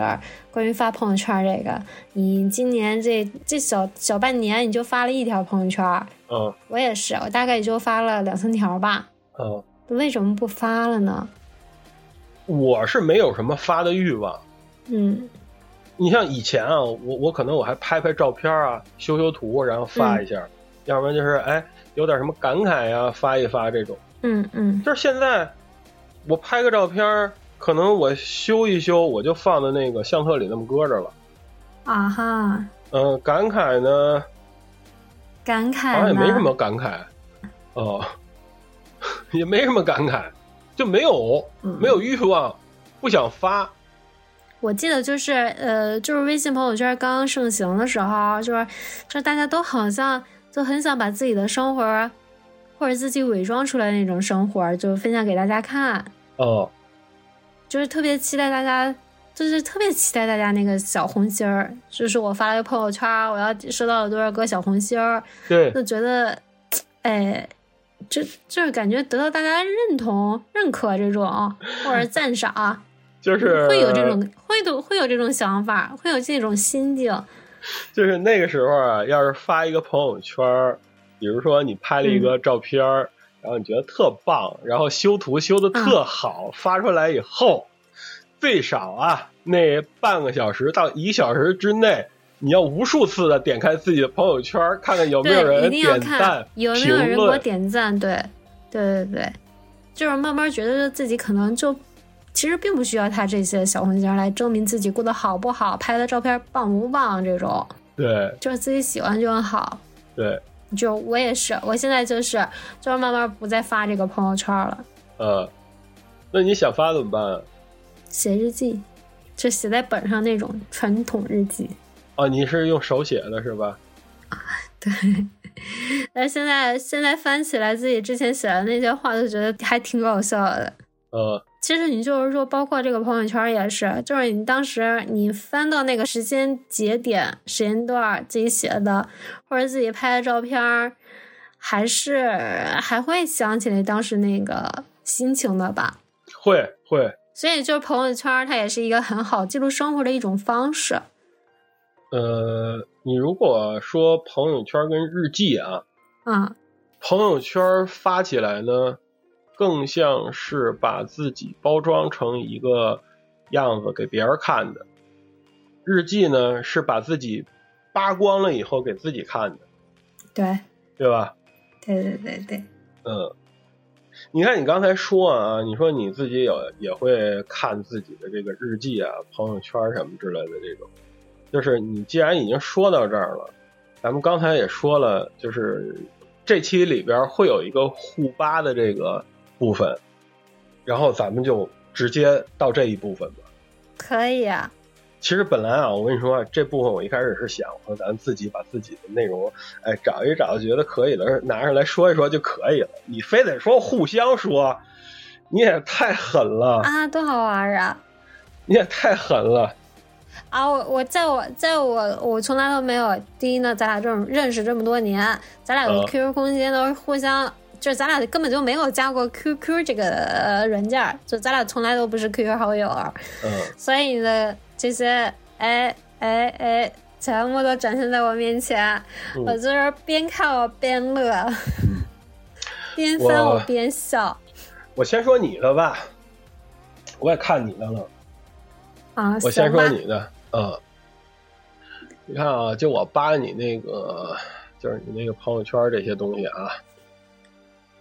关于发朋友圈这个，你今年这这小小半年你就发了一条朋友圈，
嗯
我也是，我大概也就发了两三条吧。
嗯，
为什么不发了呢？
我是没有什么发的欲望。
嗯
你像以前啊，我我可能我还拍拍照片啊，修修图，然后发一下，要不然就是哎有点什么感慨呀、发一发这种。
嗯嗯
就是现在我拍个照片，可能我修一修，我就放在那个相册里那么搁着了。
啊哈，
嗯、感慨呢，
感
好
慨
像也
呢
没什么感慨，哦， 也没什么感慨，就没有
嗯
没有欲望，不想发。
我记得就是呃，就是微信朋友圈刚刚盛行的时候，就是就是大家都好像就很想把自己的生活或者自己伪装出来那种生活，就分享给大家看，
哦，
就是特别期待大家。就是特别期待大家那个小红心儿，就是我发了个朋友圈，我要收到了多少个小红心儿，
对，
就觉得，哎，就就是感觉得到大家认同、认可这种，或者赞赏，
就是
会有这种，会有会有这种想法，会有这种心境。
就是那个时候啊，要是发一个朋友圈儿，比如说你拍了一
嗯
个照片儿，然后你觉得特棒，然后修图修的
嗯
特好，发出来以后，最少啊那半个小时到一小时之内，你要无数次的点开自己的朋友圈儿，看看有没有
对，一
人
定要
点
看
赞、
有没
评
有人给我
论。
点赞。对，对对对，就是慢慢觉得自己可能就其实并不需要他这些小红心儿来证明自己过得好不好，拍的照片棒不棒这种，
对
就是自己喜欢就好。
对，
就我也是，我现在就是就是慢慢不再发这个朋友圈了，
呃，那你想发怎么办啊？
写日记，就写在本上那种传统日记。
哦，你是用手写的是吧？
对，但是现在现在翻起来自己之前写的那些话，就觉得还挺搞笑的。
呃，
其实你就是说，包括这个朋友圈也是，就是你当时你翻到那个时间节点、时间段自己写的，或者自己拍的照片儿，还是还会想起来当时那个心情的吧。
会会，
所以就是朋友圈，它也是一个很好记录生活的一种方式。
呃，你如果说朋友圈跟日记啊，
嗯，
朋友圈发起来呢，更像是把自己包装成一个样子给别人看的；日记呢，是把自己扒光了以后给自己看的，
对，
对吧？
对对对对，
嗯，你看你刚才说啊，你说你自己有也会看自己的这个日记啊、朋友圈什么之类的这种，就是你既然已经说到这儿了，咱们刚才也说了，就是这期里边会有一个互扒的这个部分，然后咱们就直接到这一部分吧。
可以啊，
其实本来啊，我跟你说啊，这部分我一开始是想说，咱自己把自己的内容，哎，找一找，觉得可以的，拿上来说一说就可以了。你非得说互相说，你也太狠了，
啊，多好玩儿啊！
你也太狠了。
啊，我我在我在我我从来都没有第一呢，咱俩这种认识这么多年，咱俩的
嗯
QQ 空间都是互相，就是咱俩根本就没有加过 QQ 这个呃软件儿，就咱俩从来都不是 QQ 好友儿，
嗯，
所以你的这些哎哎哎，全部都展现在我面前，
嗯
我就是边看我边乐， 边翻
我
我边笑
我先说你的吧，我也看你的了。
啊！
我先
行吧
说你的，嗯，你看啊，就我扒你那个，就是你那个朋友圈这些东西啊，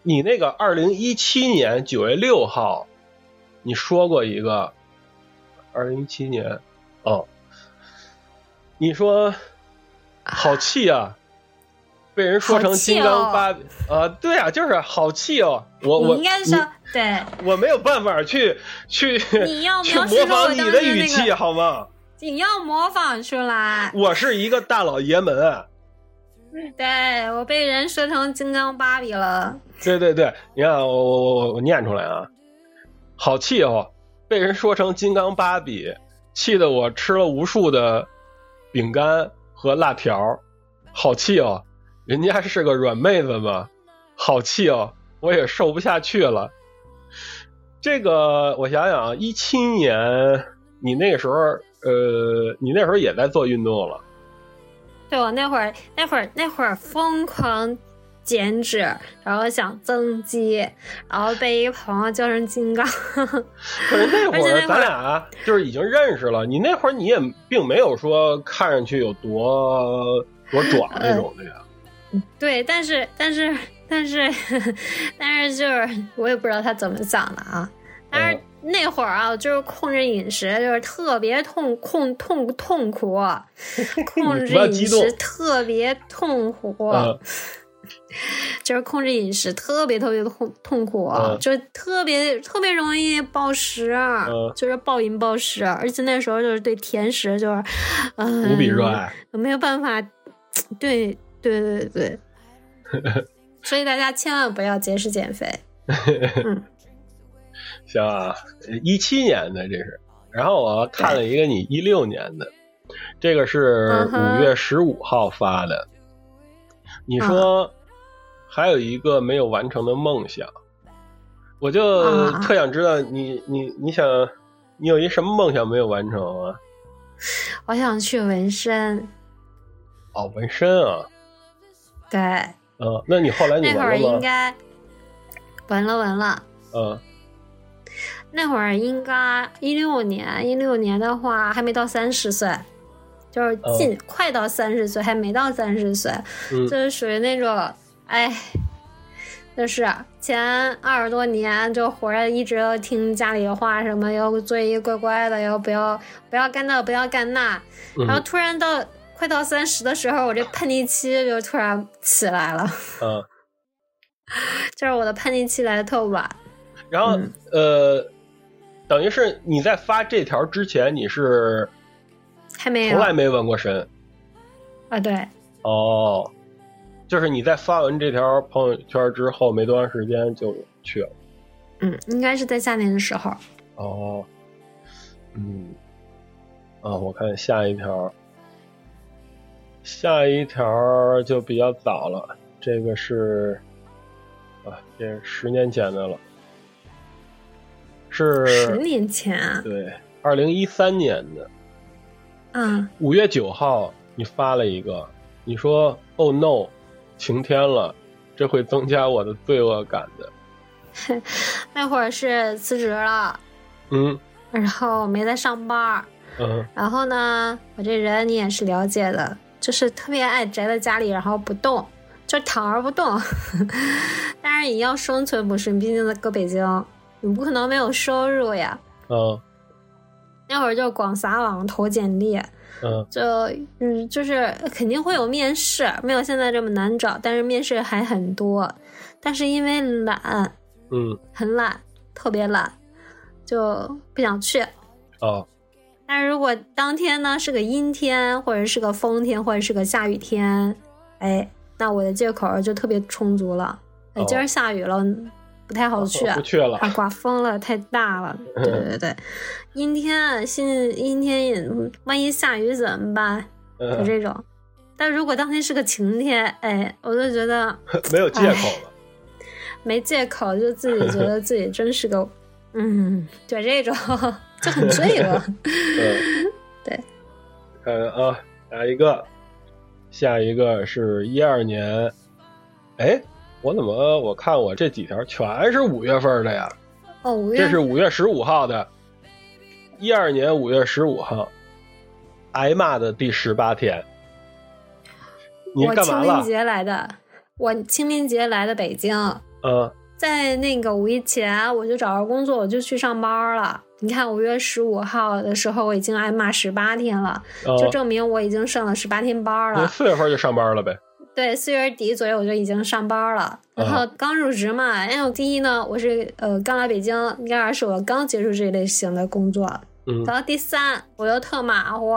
你那个二零一七年九月六号，你说过一个，二零一七年，哦，你
啊
说好气啊，被人说成
好气哦
金刚芭比、啊，对啊，就是好气哦，我
你
我
应该
你
说 对，
我没有办法去去
你要
去
描述
模
出我
仿你
当
的
时
语
那
气
个，
好吗？
你要模仿出 来。
我是一个大老爷们，
对我被人说成金刚芭比了，
对对对，你看我我我我念出来啊，好气候，被人说成金刚芭比，气得我吃了无数的饼干和辣条，好气哦，人家是个软妹子嘛，好气哦，我也瘦不下去了。这个我想想啊，一七年你那个时候，呃，你那时候也在做运动了，
对我那会儿那会儿那会儿疯狂减脂，然后想增肌，然后被一个朋友叫成金刚，
可是那会
而且
儿
那会儿
咱俩就是已经认识了，你那会儿你也并没有说看上去有多多壮那种的 呀。
对，但是但是但是 但是就是我也不知道他怎么想的啊，但是
哦
那会儿啊，就是控制饮食，就是特别痛控痛痛苦，啊 控制
不要
饮
激动
食特别痛苦。啊
嗯
就是控制饮食特别特别的痛痛苦，啊，
嗯
就是特别特别容易暴食，啊
嗯
就是暴饮暴食，啊而且那时候就是对甜食就是，嗯，
无比热，爱。
没有办法，对对对 对，所以大家千万不要节食减肥，
行啊，一七年的这是，然后我看了一个你一六年的，这个是
嗯哼嗯
五月十五号发的。你说还有一个没有完成的梦想，我就
啊
特想知道你你你想你有一什么梦想没有完成啊？
我想去纹身，
哦，纹身啊。
对，
嗯，那你后来你
那会儿
纹了
应
吗？
该纹了纹了。
嗯，
那会儿应该一六年，一六年的话还没到三十岁，就是近、快到三十岁，还没到三十岁，
嗯
就是属于那种，哎，就是前二十多年就活着，一直都听家里的话，什么要做一个乖乖的，要不要不要干那，不要干那，然后
嗯
突然到快到三十的时候，我这叛逆期就突然起来了，
嗯，
就是我的叛逆期来的特晚，
然后
嗯
呃，等于是你在发这条之前，你是
还没
从
有
来没纹过身
啊，对。
哦，就是你在发完这条朋友圈之后没多长时间就去了，
嗯，应该是在夏天的时候。
哦，嗯，啊，我看下一条，下一条就比较早了，这个是啊，这是十年前的了，是
十年前啊，
对，二零一三年的
啊，
五月九号，你发了一个，你说哦 no，晴天了，这会增加我的罪恶感的，
那会儿是辞职了，
嗯
然后没在上班儿。
嗯
然后呢，我这人你也是了解的，就是特别爱宅在家里，然后不动，就躺而不动。 但是你要生存不是，你毕竟在搁北京，你不可能没有收入呀。
嗯
那会儿就广撒网投简历，
嗯
就嗯，就是肯定会有面试，没有现在这么难找，但是面试还很多。但是因为懒，
嗯
很懒，特别懒，就不想去。
啊
但如果当天呢是个阴天，或者是个风天，或者是个下雨天，哎，那我的借口就特别充足了。哎
哦，
今儿下雨了，不太好去。
不去了，
啊，刮风了，太大 了。对对对，阴天，新阴天也，万一下雨怎么办？就
嗯，
这种。但如果当天是个晴天，哎，我就觉得
没有借口了，
没借口，就自己觉得自己真是个，嗯，就这种 就很罪恶。
嗯。
哎对，
看看啊，下一个，下一个是一二年。哎，我怎么我看我这几条全是五月份的呀？
哦，五月
这是五月十五号的，一二年五月十五号，挨骂的第十八天。你
我
干
清
嘛
明
了？
节来的，我清明节来的北京，
嗯
在那个五一前我就找着工作，我就去上班了。你看，五月十五号的时候，我已经挨骂十八天了，就
嗯，
证明我已经上了十八天班
那
了。
四月份就上班了呗。
对，四月底左右我就已经上班了。
嗯
然后刚入职嘛，因为我第一 E 呢，我是呃刚来北京，第二是我刚结束这类型的工作，
嗯
然后第三我又特马虎，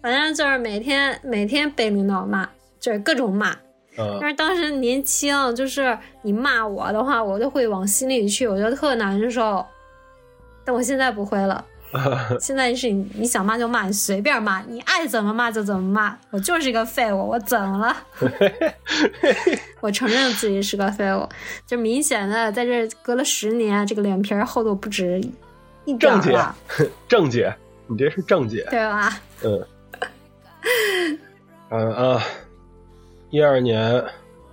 反正就是每天每天被领导骂，就是各种骂。
嗯
但是当时年轻，就是你骂我的话，我就会往心里去，我就特难受。但我现在不会了，现在是你你想骂就骂，你随便骂，你爱怎么骂就怎么骂。我就是一个废物，我怎么了？我承认自己是个废物，就明显的在这隔了十年，啊这个脸皮儿厚度不止一点
郑
儿
姐
了，，
郑姐，你这是郑姐。
对吧？
嗯，嗯啊，一二年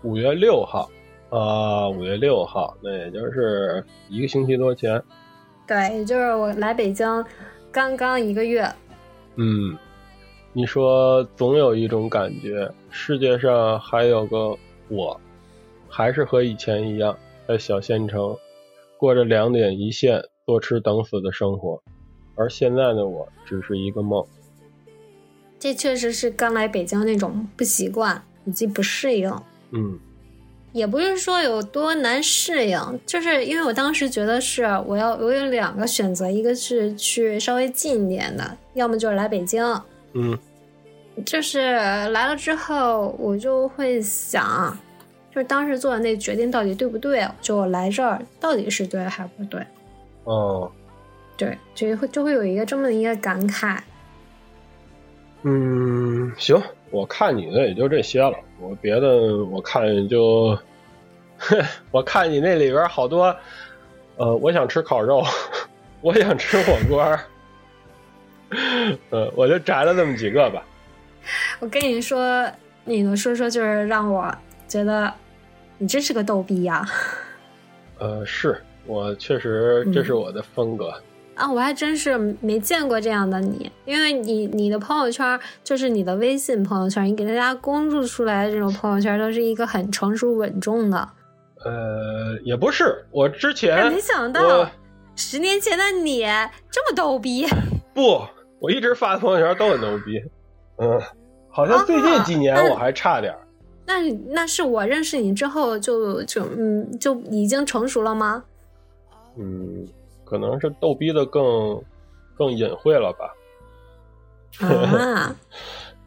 五月六号啊，五月六号，那也就是一个星期多前。
对，也就是我来北京刚刚一个月，
嗯，你说总有一种感觉，世界上还有个我，还是和以前一样，在小县城过着两点一线、坐吃等死的生活，而现在的我只是一个梦。
这确实是刚来北京那种不习惯以及不适应，
嗯
也不是说有多难适应，就是因为我当时觉得是我要我有两个选择，一个是去稍微近一点的，要么就是来北京。
嗯
就是来了之后，我就会想，就是当时做的那决定到底对不对？就我来这儿到底是对还不对？
哦
对，就会就会有一个这么一个感慨。
嗯，行，我看你的也就这些了，我别的我看就，我看你那里边好多，呃，我想吃烤肉， 我想吃火锅儿，呃，我就摘了这么几个吧。
我跟你说，你的说说就是让我觉得你真是个逗逼啊呀、
呃，是我确实
嗯
这是我的风格，
啊，我还真是没见过这样的你，因为你你的朋友圈就是你的微信朋友圈，你给大家公布出来的这种朋友圈都是一个很成熟稳重的。
呃，也不是，我之
但
前
没想
哎我
到十年前的你这么逗逼，
不，我一直发的朋友圈都很牛逼，嗯，好像最近几年
啊
我还差点儿。
那那是我认识你之后就就嗯就已经成熟 了吗？
嗯，可能是逗逼的更更隐晦了吧？
啊，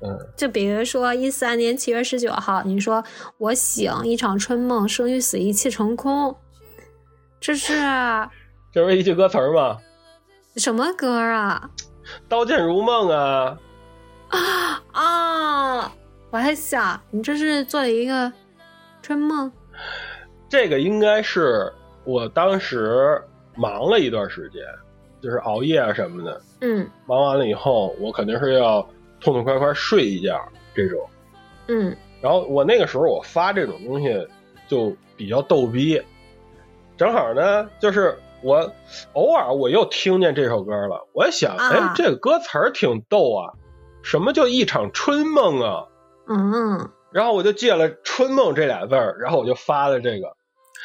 嗯，
就比如说一三年七月十九号，你说我醒一场春梦，生与死一气成空，这是
这不是一句歌词儿吗？
什么歌啊？
刀剑如梦啊，
啊！我还想你这是做了一个春梦，
这个应该是我当时忙了一段时间，就是熬夜啊什么的。
嗯
忙完了以后，我肯定是要痛痛快快睡一觉这种。
嗯
然后我那个时候我发这种东西就比较逗逼，正好呢，就是我偶尔我又听见这首歌了，我想，
啊
哎，这个歌词儿挺逗啊，什么叫一场春梦啊？
嗯，
然后我就借了“春梦”这俩字儿，然后我就发了这个，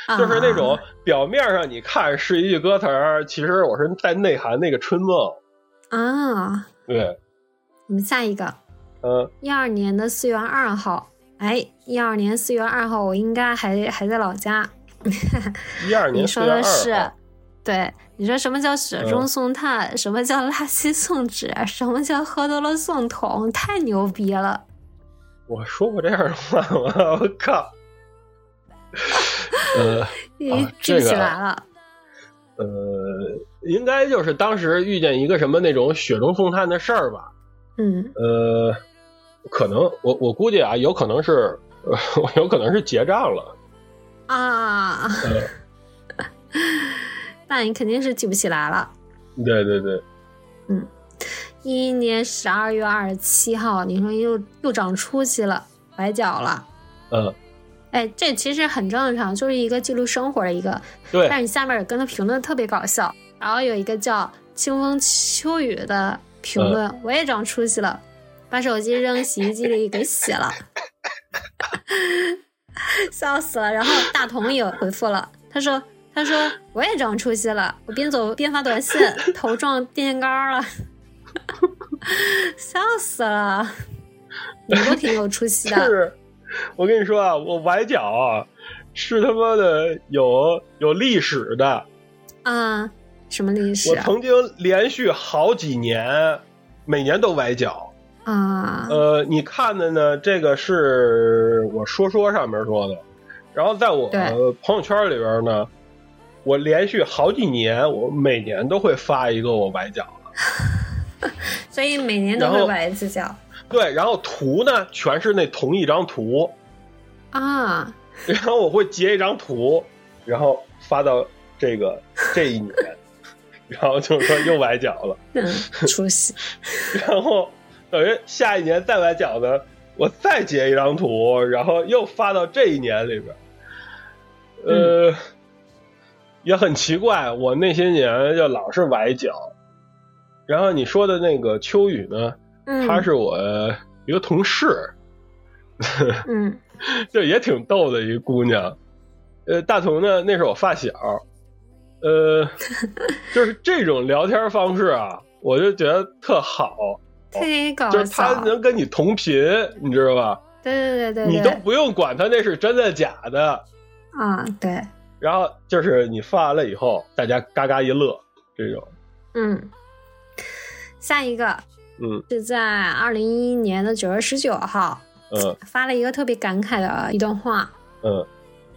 啊
就是那种表面上你看是一句歌词儿，其实我是在内涵那个春梦。
啊。
对，
我们下一个，
嗯，
一二年的四月二号，哎，一二年四月二号，我应该还还在老家。
一二
你
年四
说
月
的
二
是
号，，
对，你说什么叫雪中
嗯
送炭，什么叫垃圾送纸，什么叫喝多了送桶，太牛逼
啊
了！
我说过这样的话吗？ 我靠，呃。
你
这
记不起
个啊
来了。
呃，应该就是当时遇见一个什么那种雪中送炭的事儿吧。
嗯
呃，可能我我估计啊，有可能是，呃、 有可能是结账了。
啊，那你肯定是记不起来了。
对对对，
一一年十二月二十七号，你说又又长出息了，崴脚了。
嗯，
哎，这其实很正常，就是一个记录生活的一个。
对
但，是你下面有跟他评论特别搞笑，然后有一个叫“清风秋雨”的评论，
呃
我也长出息了，把手机扔洗衣机里给洗了， 笑死了。然后大同也回复了，他说。他说：“我也长出息了，我边走边发短信，头撞电线杆儿了， 笑死了！你都挺有出息
就
的，
是我跟你说啊，我崴脚啊，是他妈的有有历史的。
啊、什么历史
我
啊？
曾经连续好几年，每年都崴脚。
啊
呃，你看的呢，这个是我说说上面说的，然后在我
对
朋友圈里边呢，我连续好几年，我每年都会发一个我崴脚，
所以每年都
然
会
后
崴一次脚
对，然后图呢全是那同一张图，
啊。
然后我会截一张图，然后发到这个这一年， 然后就说又崴脚了，
嗯，出息。
然后等于下一年再崴脚呢，我再截一张图，然后又发到这一年里边。呃，也很奇怪，我那些年就老是崴脚。然后你说的那个秋雨呢，
嗯，
他是我一个同事，
嗯
就也挺逗的一个姑娘。呃，大同呢，那是我发小。呃，就是这种聊天方式啊，我就觉得特好。
特别搞
就是他
啊笑。对
能跟你同频，你知道吧？
对对对
你
对
都不用管他那是真的假的。
啊，对，
然后就是你发完了以后，大家嘎嘎一乐，这种，
嗯。下一个
嗯
是在二零一一年的九月十九号
嗯
发了一个特别感慨的一段话，
嗯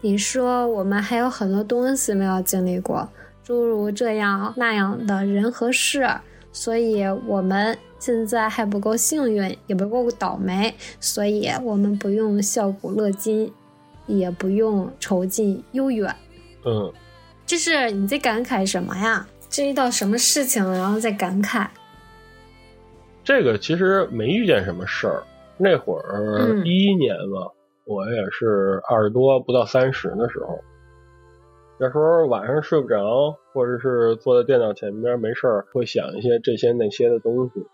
你说我们还有很多东西没有经历过，诸如这样那样的人和事，所以我们现在还不够幸运，也不够倒霉，所以我们不用笑古乐今，也不用愁尽悠远。
嗯，
这是你在感慨什么呀？这遇到什么事情，然后再感慨？
这个其实没遇见什么事儿。那会儿
嗯
一一年嘛，我也是二十多不到三十的时候，那时候晚上睡不着，或者是坐在电脑前面没事儿，会想一些这些那些的东西。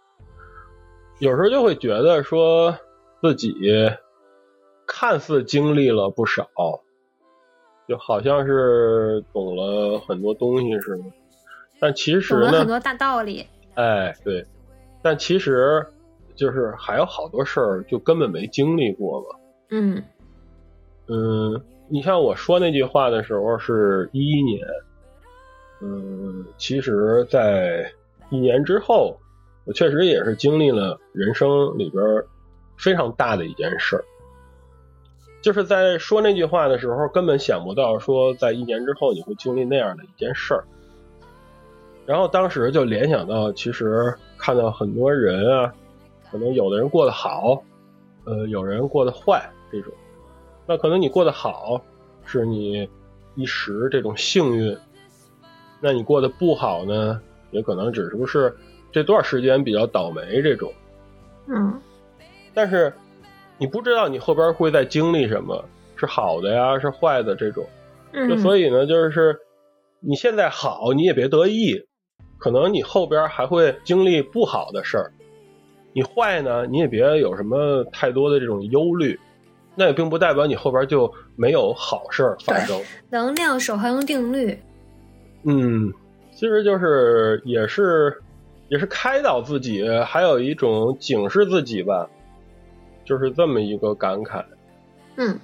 有时候就会觉得说自己看似经历了不少，就好像是懂了很多东西似的，但其实
懂了
呢
很，多大道理。
哎，对，但其实就是还有好多事儿就根本没经历过嘛。
嗯
嗯，你像我说那句话的时候是一一年，嗯，其实，在一年之后，我确实也是经历了人生里边儿非常大的一件事儿。就是在说那句话的时候，根本想不到说在一年之后你会经历那样的一件事儿。然后当时就联想到，其实看到很多人啊，可能有的人过得好，呃，有人过得坏这种。那可能你过得好，是你一时这种幸运；那你过得不好呢，也可能只不过是这段时间比较倒霉这种。
嗯
但是你不知道你后边会再经历什么，是好的呀，是坏的这种。就
嗯，
所以呢，就是你现在好，你也别得意，可能你后边还会经历不好的事儿。你坏呢，你也别有什么太多的这种忧虑，那也并不代表你后边就没有好事儿发生。
能量守恒定律，
嗯，其实就是也是也是开导自己，还有一种警示自己吧，就是这么一个感慨。
嗯，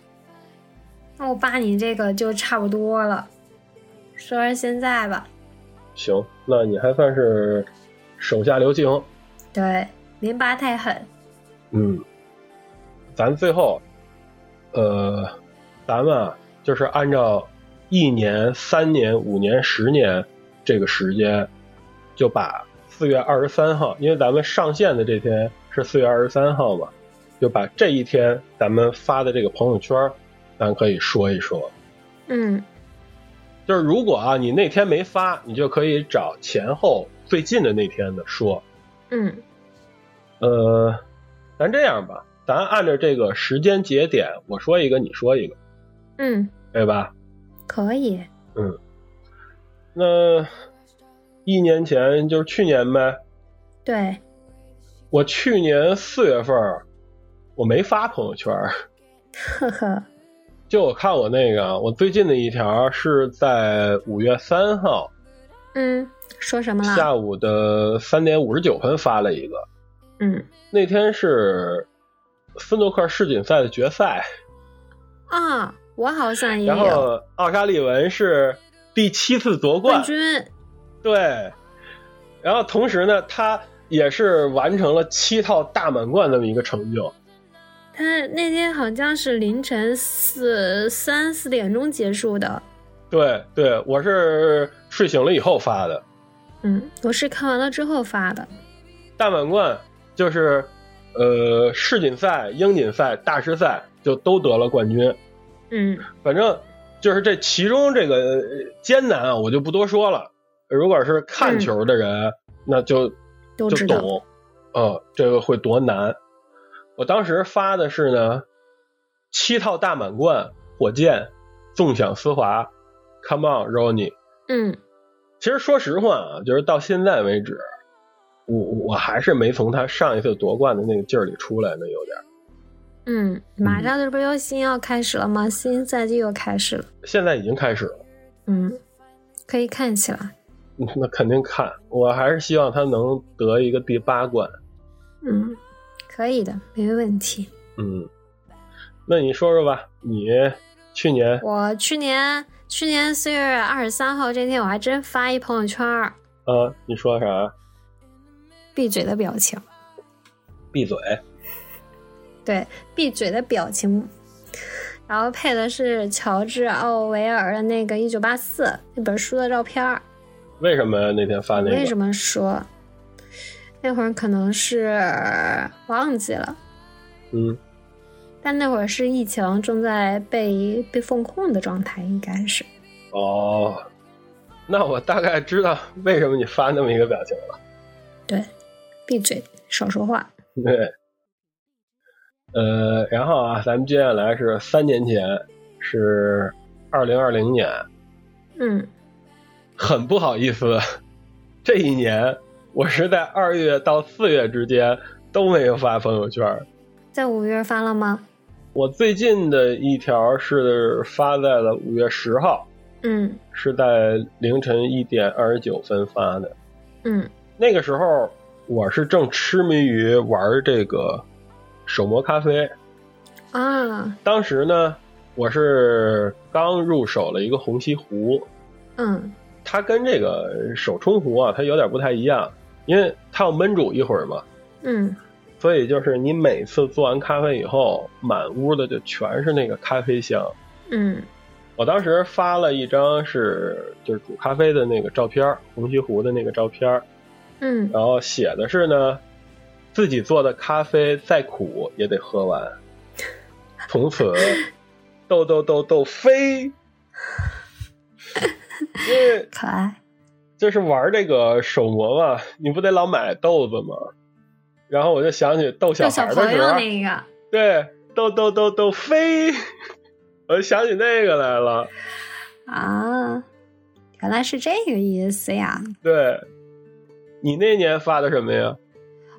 那我把你这个就差不多了，说说现在吧。
行，那你还算是手下留情。
对，淋巴太狠，
嗯，咱最后，呃，咱们啊，就是按照一年、三年、五年、十年这个时间，就把四月二十三号，因为咱们上线的这天是四月二十三号嘛，就把这一天咱们发的这个朋友圈，咱可以说一说。
嗯
就是如果啊，你那天没发，你就可以找前后最近的那天的说。
嗯
呃，咱这样吧，咱按照这个时间节点，我说一个，你说一个，
嗯，
对吧？
可以，
那一年前就是去年呗，
对，
我去年四月份儿我没发朋友圈儿，
呵呵，
就我看我那个啊，我最近的一条是在五月三号
嗯，说什么了？
下午的三点五十九分发了一个，
嗯
那天是斯诺克世锦赛的决赛，
啊，我好像也
然
有
后奥沙利文是第七次夺冠
冠，军，
对，然后同时呢，他也是完成了七套大满贯这么一个成就。
他那天好像是凌晨四三四点钟结束的。
对对，我是睡醒了以后发的
嗯，我是看完了之后发的。
大满贯，就是呃世锦赛、英锦赛、大师赛就都得了冠军。
嗯
反正就是这其中这个呃艰难啊，我就不多说了。如果是看球的人，那就
都
就
知道
懂，呃，这个会多难。我当时发的是呢，七套大满贯，火箭纵享丝滑，Come on, Ronnie。
嗯
其实说实话啊，就是到现在为止，我我还是没从他上一次夺冠的那个劲儿里出来呢，有点儿。
嗯，马上这不是又新要开始了吗？新赛季又开始了。
现在已经开始了，
嗯，可以看起来。
那肯定看。我还是希望他能得一个第八冠。
嗯，可以的，没问题。
嗯，那你说说吧，你去年
我去年去年四月二十三号这天，我还真发一朋友圈儿，
啊，你说啥？
闭嘴的表情，
闭嘴。
对，闭嘴的表情，然后配的是乔治·奥维尔的那个《一九八四》那本书的照片儿。
为什么呀？那天发那个？
为什么说？那会儿可能是忘记了，
嗯
但那会儿是疫情正在被被封控的状态，应该是。
哦，那我大概知道为什么你发那么一个表情 了。
对，闭嘴，少说话。
对，呃，然后啊，咱们接下来是三年前，是二零二零年，
嗯
很不好意思， 这一年我是在二月到四月之间都没有发朋友圈。，
在五月发了吗？
我最近的一条是发在了五月十号，
嗯
是在凌晨一点二十九分发的。
嗯
那个时候我是正痴迷于玩这个手磨咖啡。
啊
当时呢，我是刚入手了一个虹吸壶，
嗯
它跟这个手冲壶啊，它有点不太一样，因为它要焖煮一会儿嘛。
嗯
所以就是你每次做完咖啡以后，满屋的就全是那个咖啡香。
嗯
我当时发了一张是就是煮咖啡的那个照片儿，红西湖的那个照片儿，
嗯
然后写的是呢，自己做的咖啡再苦也得喝完，从此豆豆豆豆飞。因为
可爱。
就是玩这个手磨嘛，你不得老买豆子吗？然后我就想起逗小
就
孩
小
儿的
朋
时
友
候，
那个，
对，豆豆豆豆飞，我就想起那个来了。
啊，原来是这个意思呀！
对，你那年发的什么呀？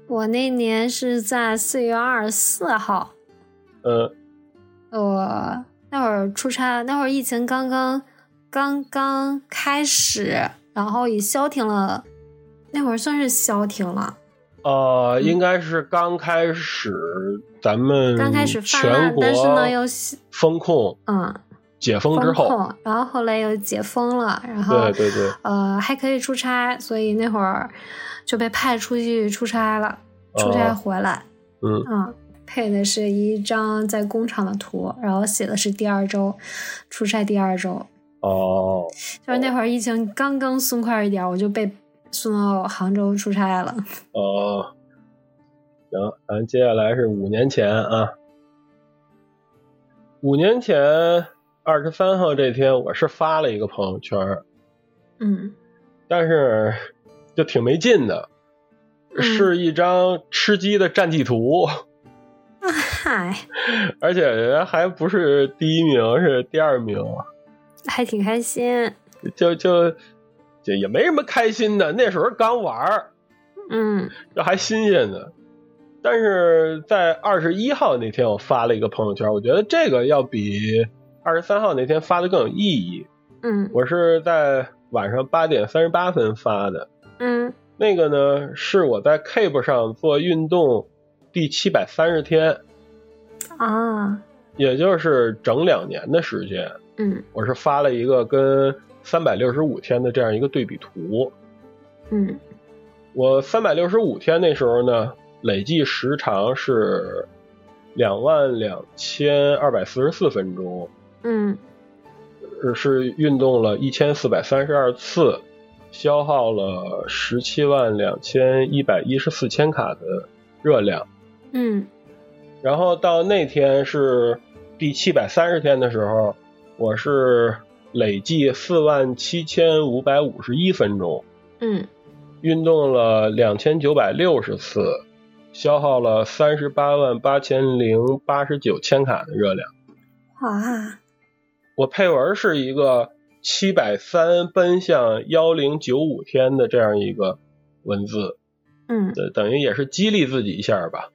我那年是在四月二十四号，
嗯
我那会儿出差，那会儿疫情刚刚刚刚开始，然后也消停了，那会儿算是消停了，
呃，应该是刚开始咱们
刚开始泛滥
全国
但是呢又
封控
嗯，
解封之
封
后，
控，然后后来又解封了，然后
对对对，
呃还可以出差，所以那会儿就被派出去出差了，出差
哦
回来。
嗯
嗯，配的是一张在工厂的图，然后写的是第二周，出差第二周，
哦，
就是那会儿疫情刚刚松快一点儿，我就被送到杭州出差了。
哦，行，咱接下来是五年前啊，五年前二十三号这天，我是发了一个朋友圈儿，
嗯
但是就挺没劲的，
嗯
是一张吃鸡的战绩图，
啊嗨，
而且还不是第一名，是第二名，
还挺开心。
就就就也没什么开心的，那时候刚玩儿，
嗯
这还新鲜呢。但是在二十一号那天，我发了一个朋友圈，我觉得这个要比二十三号那天发的更有意义。
嗯
我是在晚上八点三十八分发的，
嗯
那个呢是我在 Keep 上做运动第七百三十天，
啊
也就是整两年的时间。
嗯
我是发了一个跟三百六十五天的这样一个对比图。
嗯
我三百六十五天那时候呢，累计时长是两万两千二百四十四分钟，
嗯
呃是运动了一千四百三十二次，消耗了十七万两千一百一十四千卡的热量。
嗯
然后到那天是第七百三十天的时候，我是累计四万七千五百五十一分钟，
嗯
运动了两千九百六十次，消耗了三十八万八千零八十九千卡的热量。
哇
我配文是一个七百三奔向幺零九五天的这样一个文字，
嗯
呃等于也是激励自己一下吧，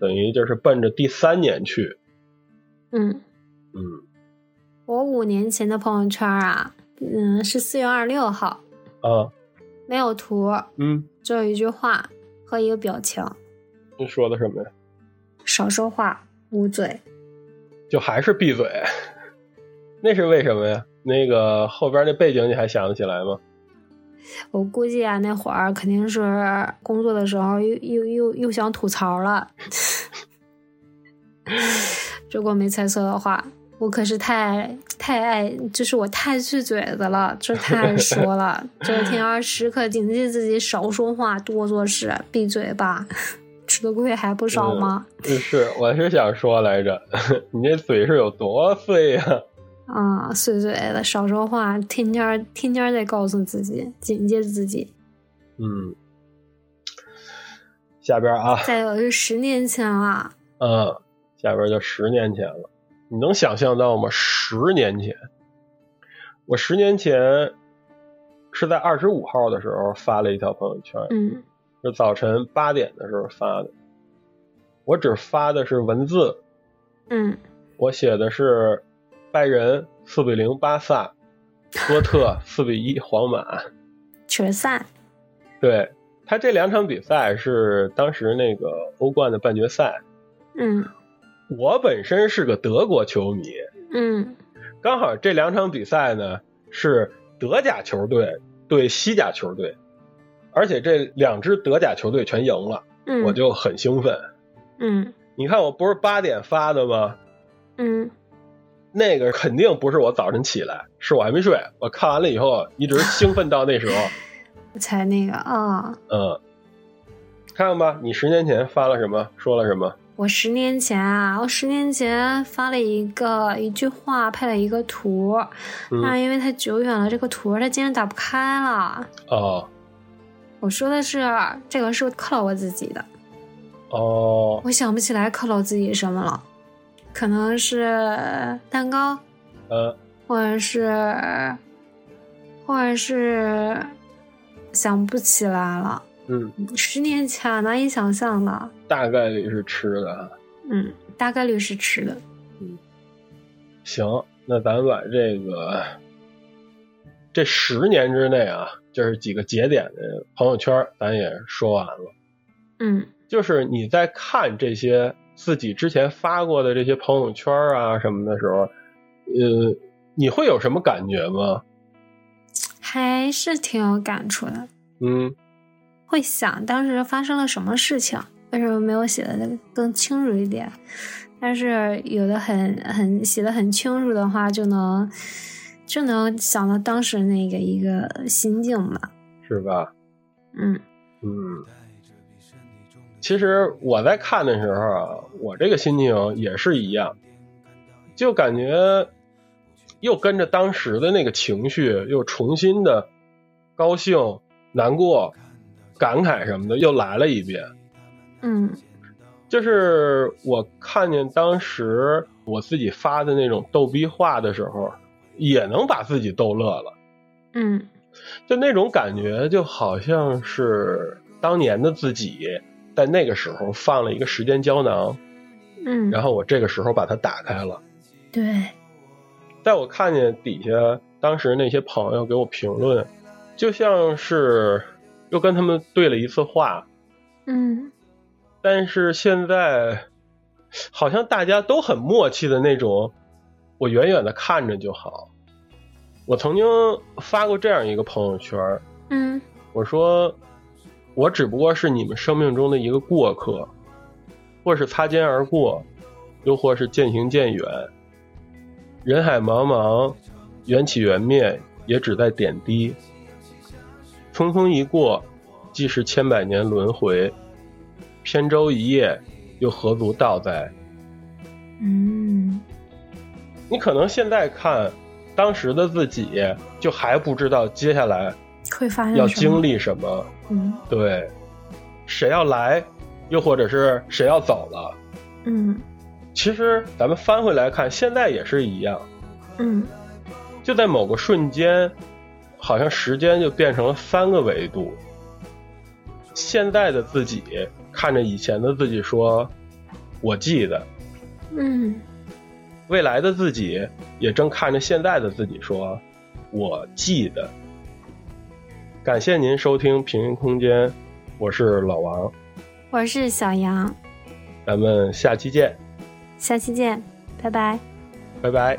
等于就是奔着第三年去。
嗯，
嗯，
我五年前的朋友圈啊，嗯是四月二十六号，
啊，
没有图，
嗯，
只有一句话和一个表情，
你说的什么呀？
少说话，捂嘴。
就还是闭嘴， 那是为什么呀？那个后边那背景你还想得起来吗？
我估计啊，那会儿肯定是工作的时候又又又又想吐槽了。 如果没猜错的话，我可是太太爱，就是我太碎嘴子了，就是太爱说了，就是天要时刻警惕自己少说话，多做事，闭嘴吧， 吃的亏还不少吗？
是，我是想说来着，你这嘴是有多碎呀、
啊、碎嘴子，少说话，天天儿天天儿在告诉自己，警戒自己。
嗯，下边啊，
再有是十年前了。
嗯，下边就十年前了，你能想象到吗？十年前，我十年前是在二十五号的时候发了一条朋友圈，
嗯
是早晨八点的时候发的，我只发的是文字，
嗯
我写的是拜仁四比零巴萨，多特四比一皇马。
决赛。
对他这两场比赛是当时那个欧冠的半决赛。
嗯
我本身是个德国球迷，
嗯
刚好这两场比赛呢是德甲球队对西甲球队，而且这两支德甲球队全赢了，
嗯，
我就很兴奋。
嗯
你看我不是八点发的吗？
嗯
那个肯定不是我早晨起来，是我还没睡。我看完了以后一直兴奋到那时候。
才那个啊、
嗯，看看吧，你十年前发了什么，说了什么？
我十年前啊，我十年前发了一个一句话，配了一个图，但
嗯，
是因为太久远了，这个图它竟然打不开了。
哦
我说的是这个是犒劳我自己的，
哦，
我想不起来犒劳自己什么了，可能是蛋糕，
呃，
或者是，或者是想不起来了。
嗯，
十年前啊难以想象的，
大概率是吃的。啊
嗯，大概率是吃的。
行，那咱们把这个这十年之内啊，就是几个节点的朋友圈，咱也说完了。
嗯
就是你在看这些自己之前发过的这些朋友圈啊什么的时候，呃，你会有什么感觉吗？
还是挺有感触的，
嗯
会想当时发生了什么事情，为什么没有写的更清楚一点。但是有的很很写的很清楚的话，就能就能想到当时那个一个心境嘛。
是吧？
嗯
嗯，其实我在看的时候啊，我这个心情也是一样，就感觉又跟着当时的那个情绪，又重新的高兴、难过、感慨什么的又来了一遍。
嗯
就是我看见当时我自己发的那种逗逼话的时候，也能把自己逗乐了，
嗯
就那种感觉，就好像是当年的自己在那个时候放了一个时间胶囊，
嗯，
然后我这个时候把它打开了。
对，
在我看见底下当时那些朋友给我评论，就像是又跟他们对了一次话，
嗯
但是现在好像大家都很默契的那种，我远远的看着就好。我曾经发过这样一个朋友圈，
嗯
我说我只不过是你们生命中的一个过客，或是擦肩而过，又或是渐行渐远。人海茫茫，缘起缘灭，也只在点滴。匆匆一过，既是千百年轮回，扁舟一叶，又何足道哉？
嗯
你可能现在看当时的自己，就还不知道接下来
会发生
要
什么
经历什么。
嗯
对，谁要来，又或者是谁要走了。
嗯
其实咱们翻回来看，现在也是一样，
嗯
就在某个瞬间，好像时间就变成了三个维度。现在的自己看着以前的自己说：“我记得。
嗯”
未来的自己也正看着现在的自己说：“我记得。”感谢您收听平行空间，我是老王，
我是小杨，
咱们下期见，
下期见，拜拜。
拜拜。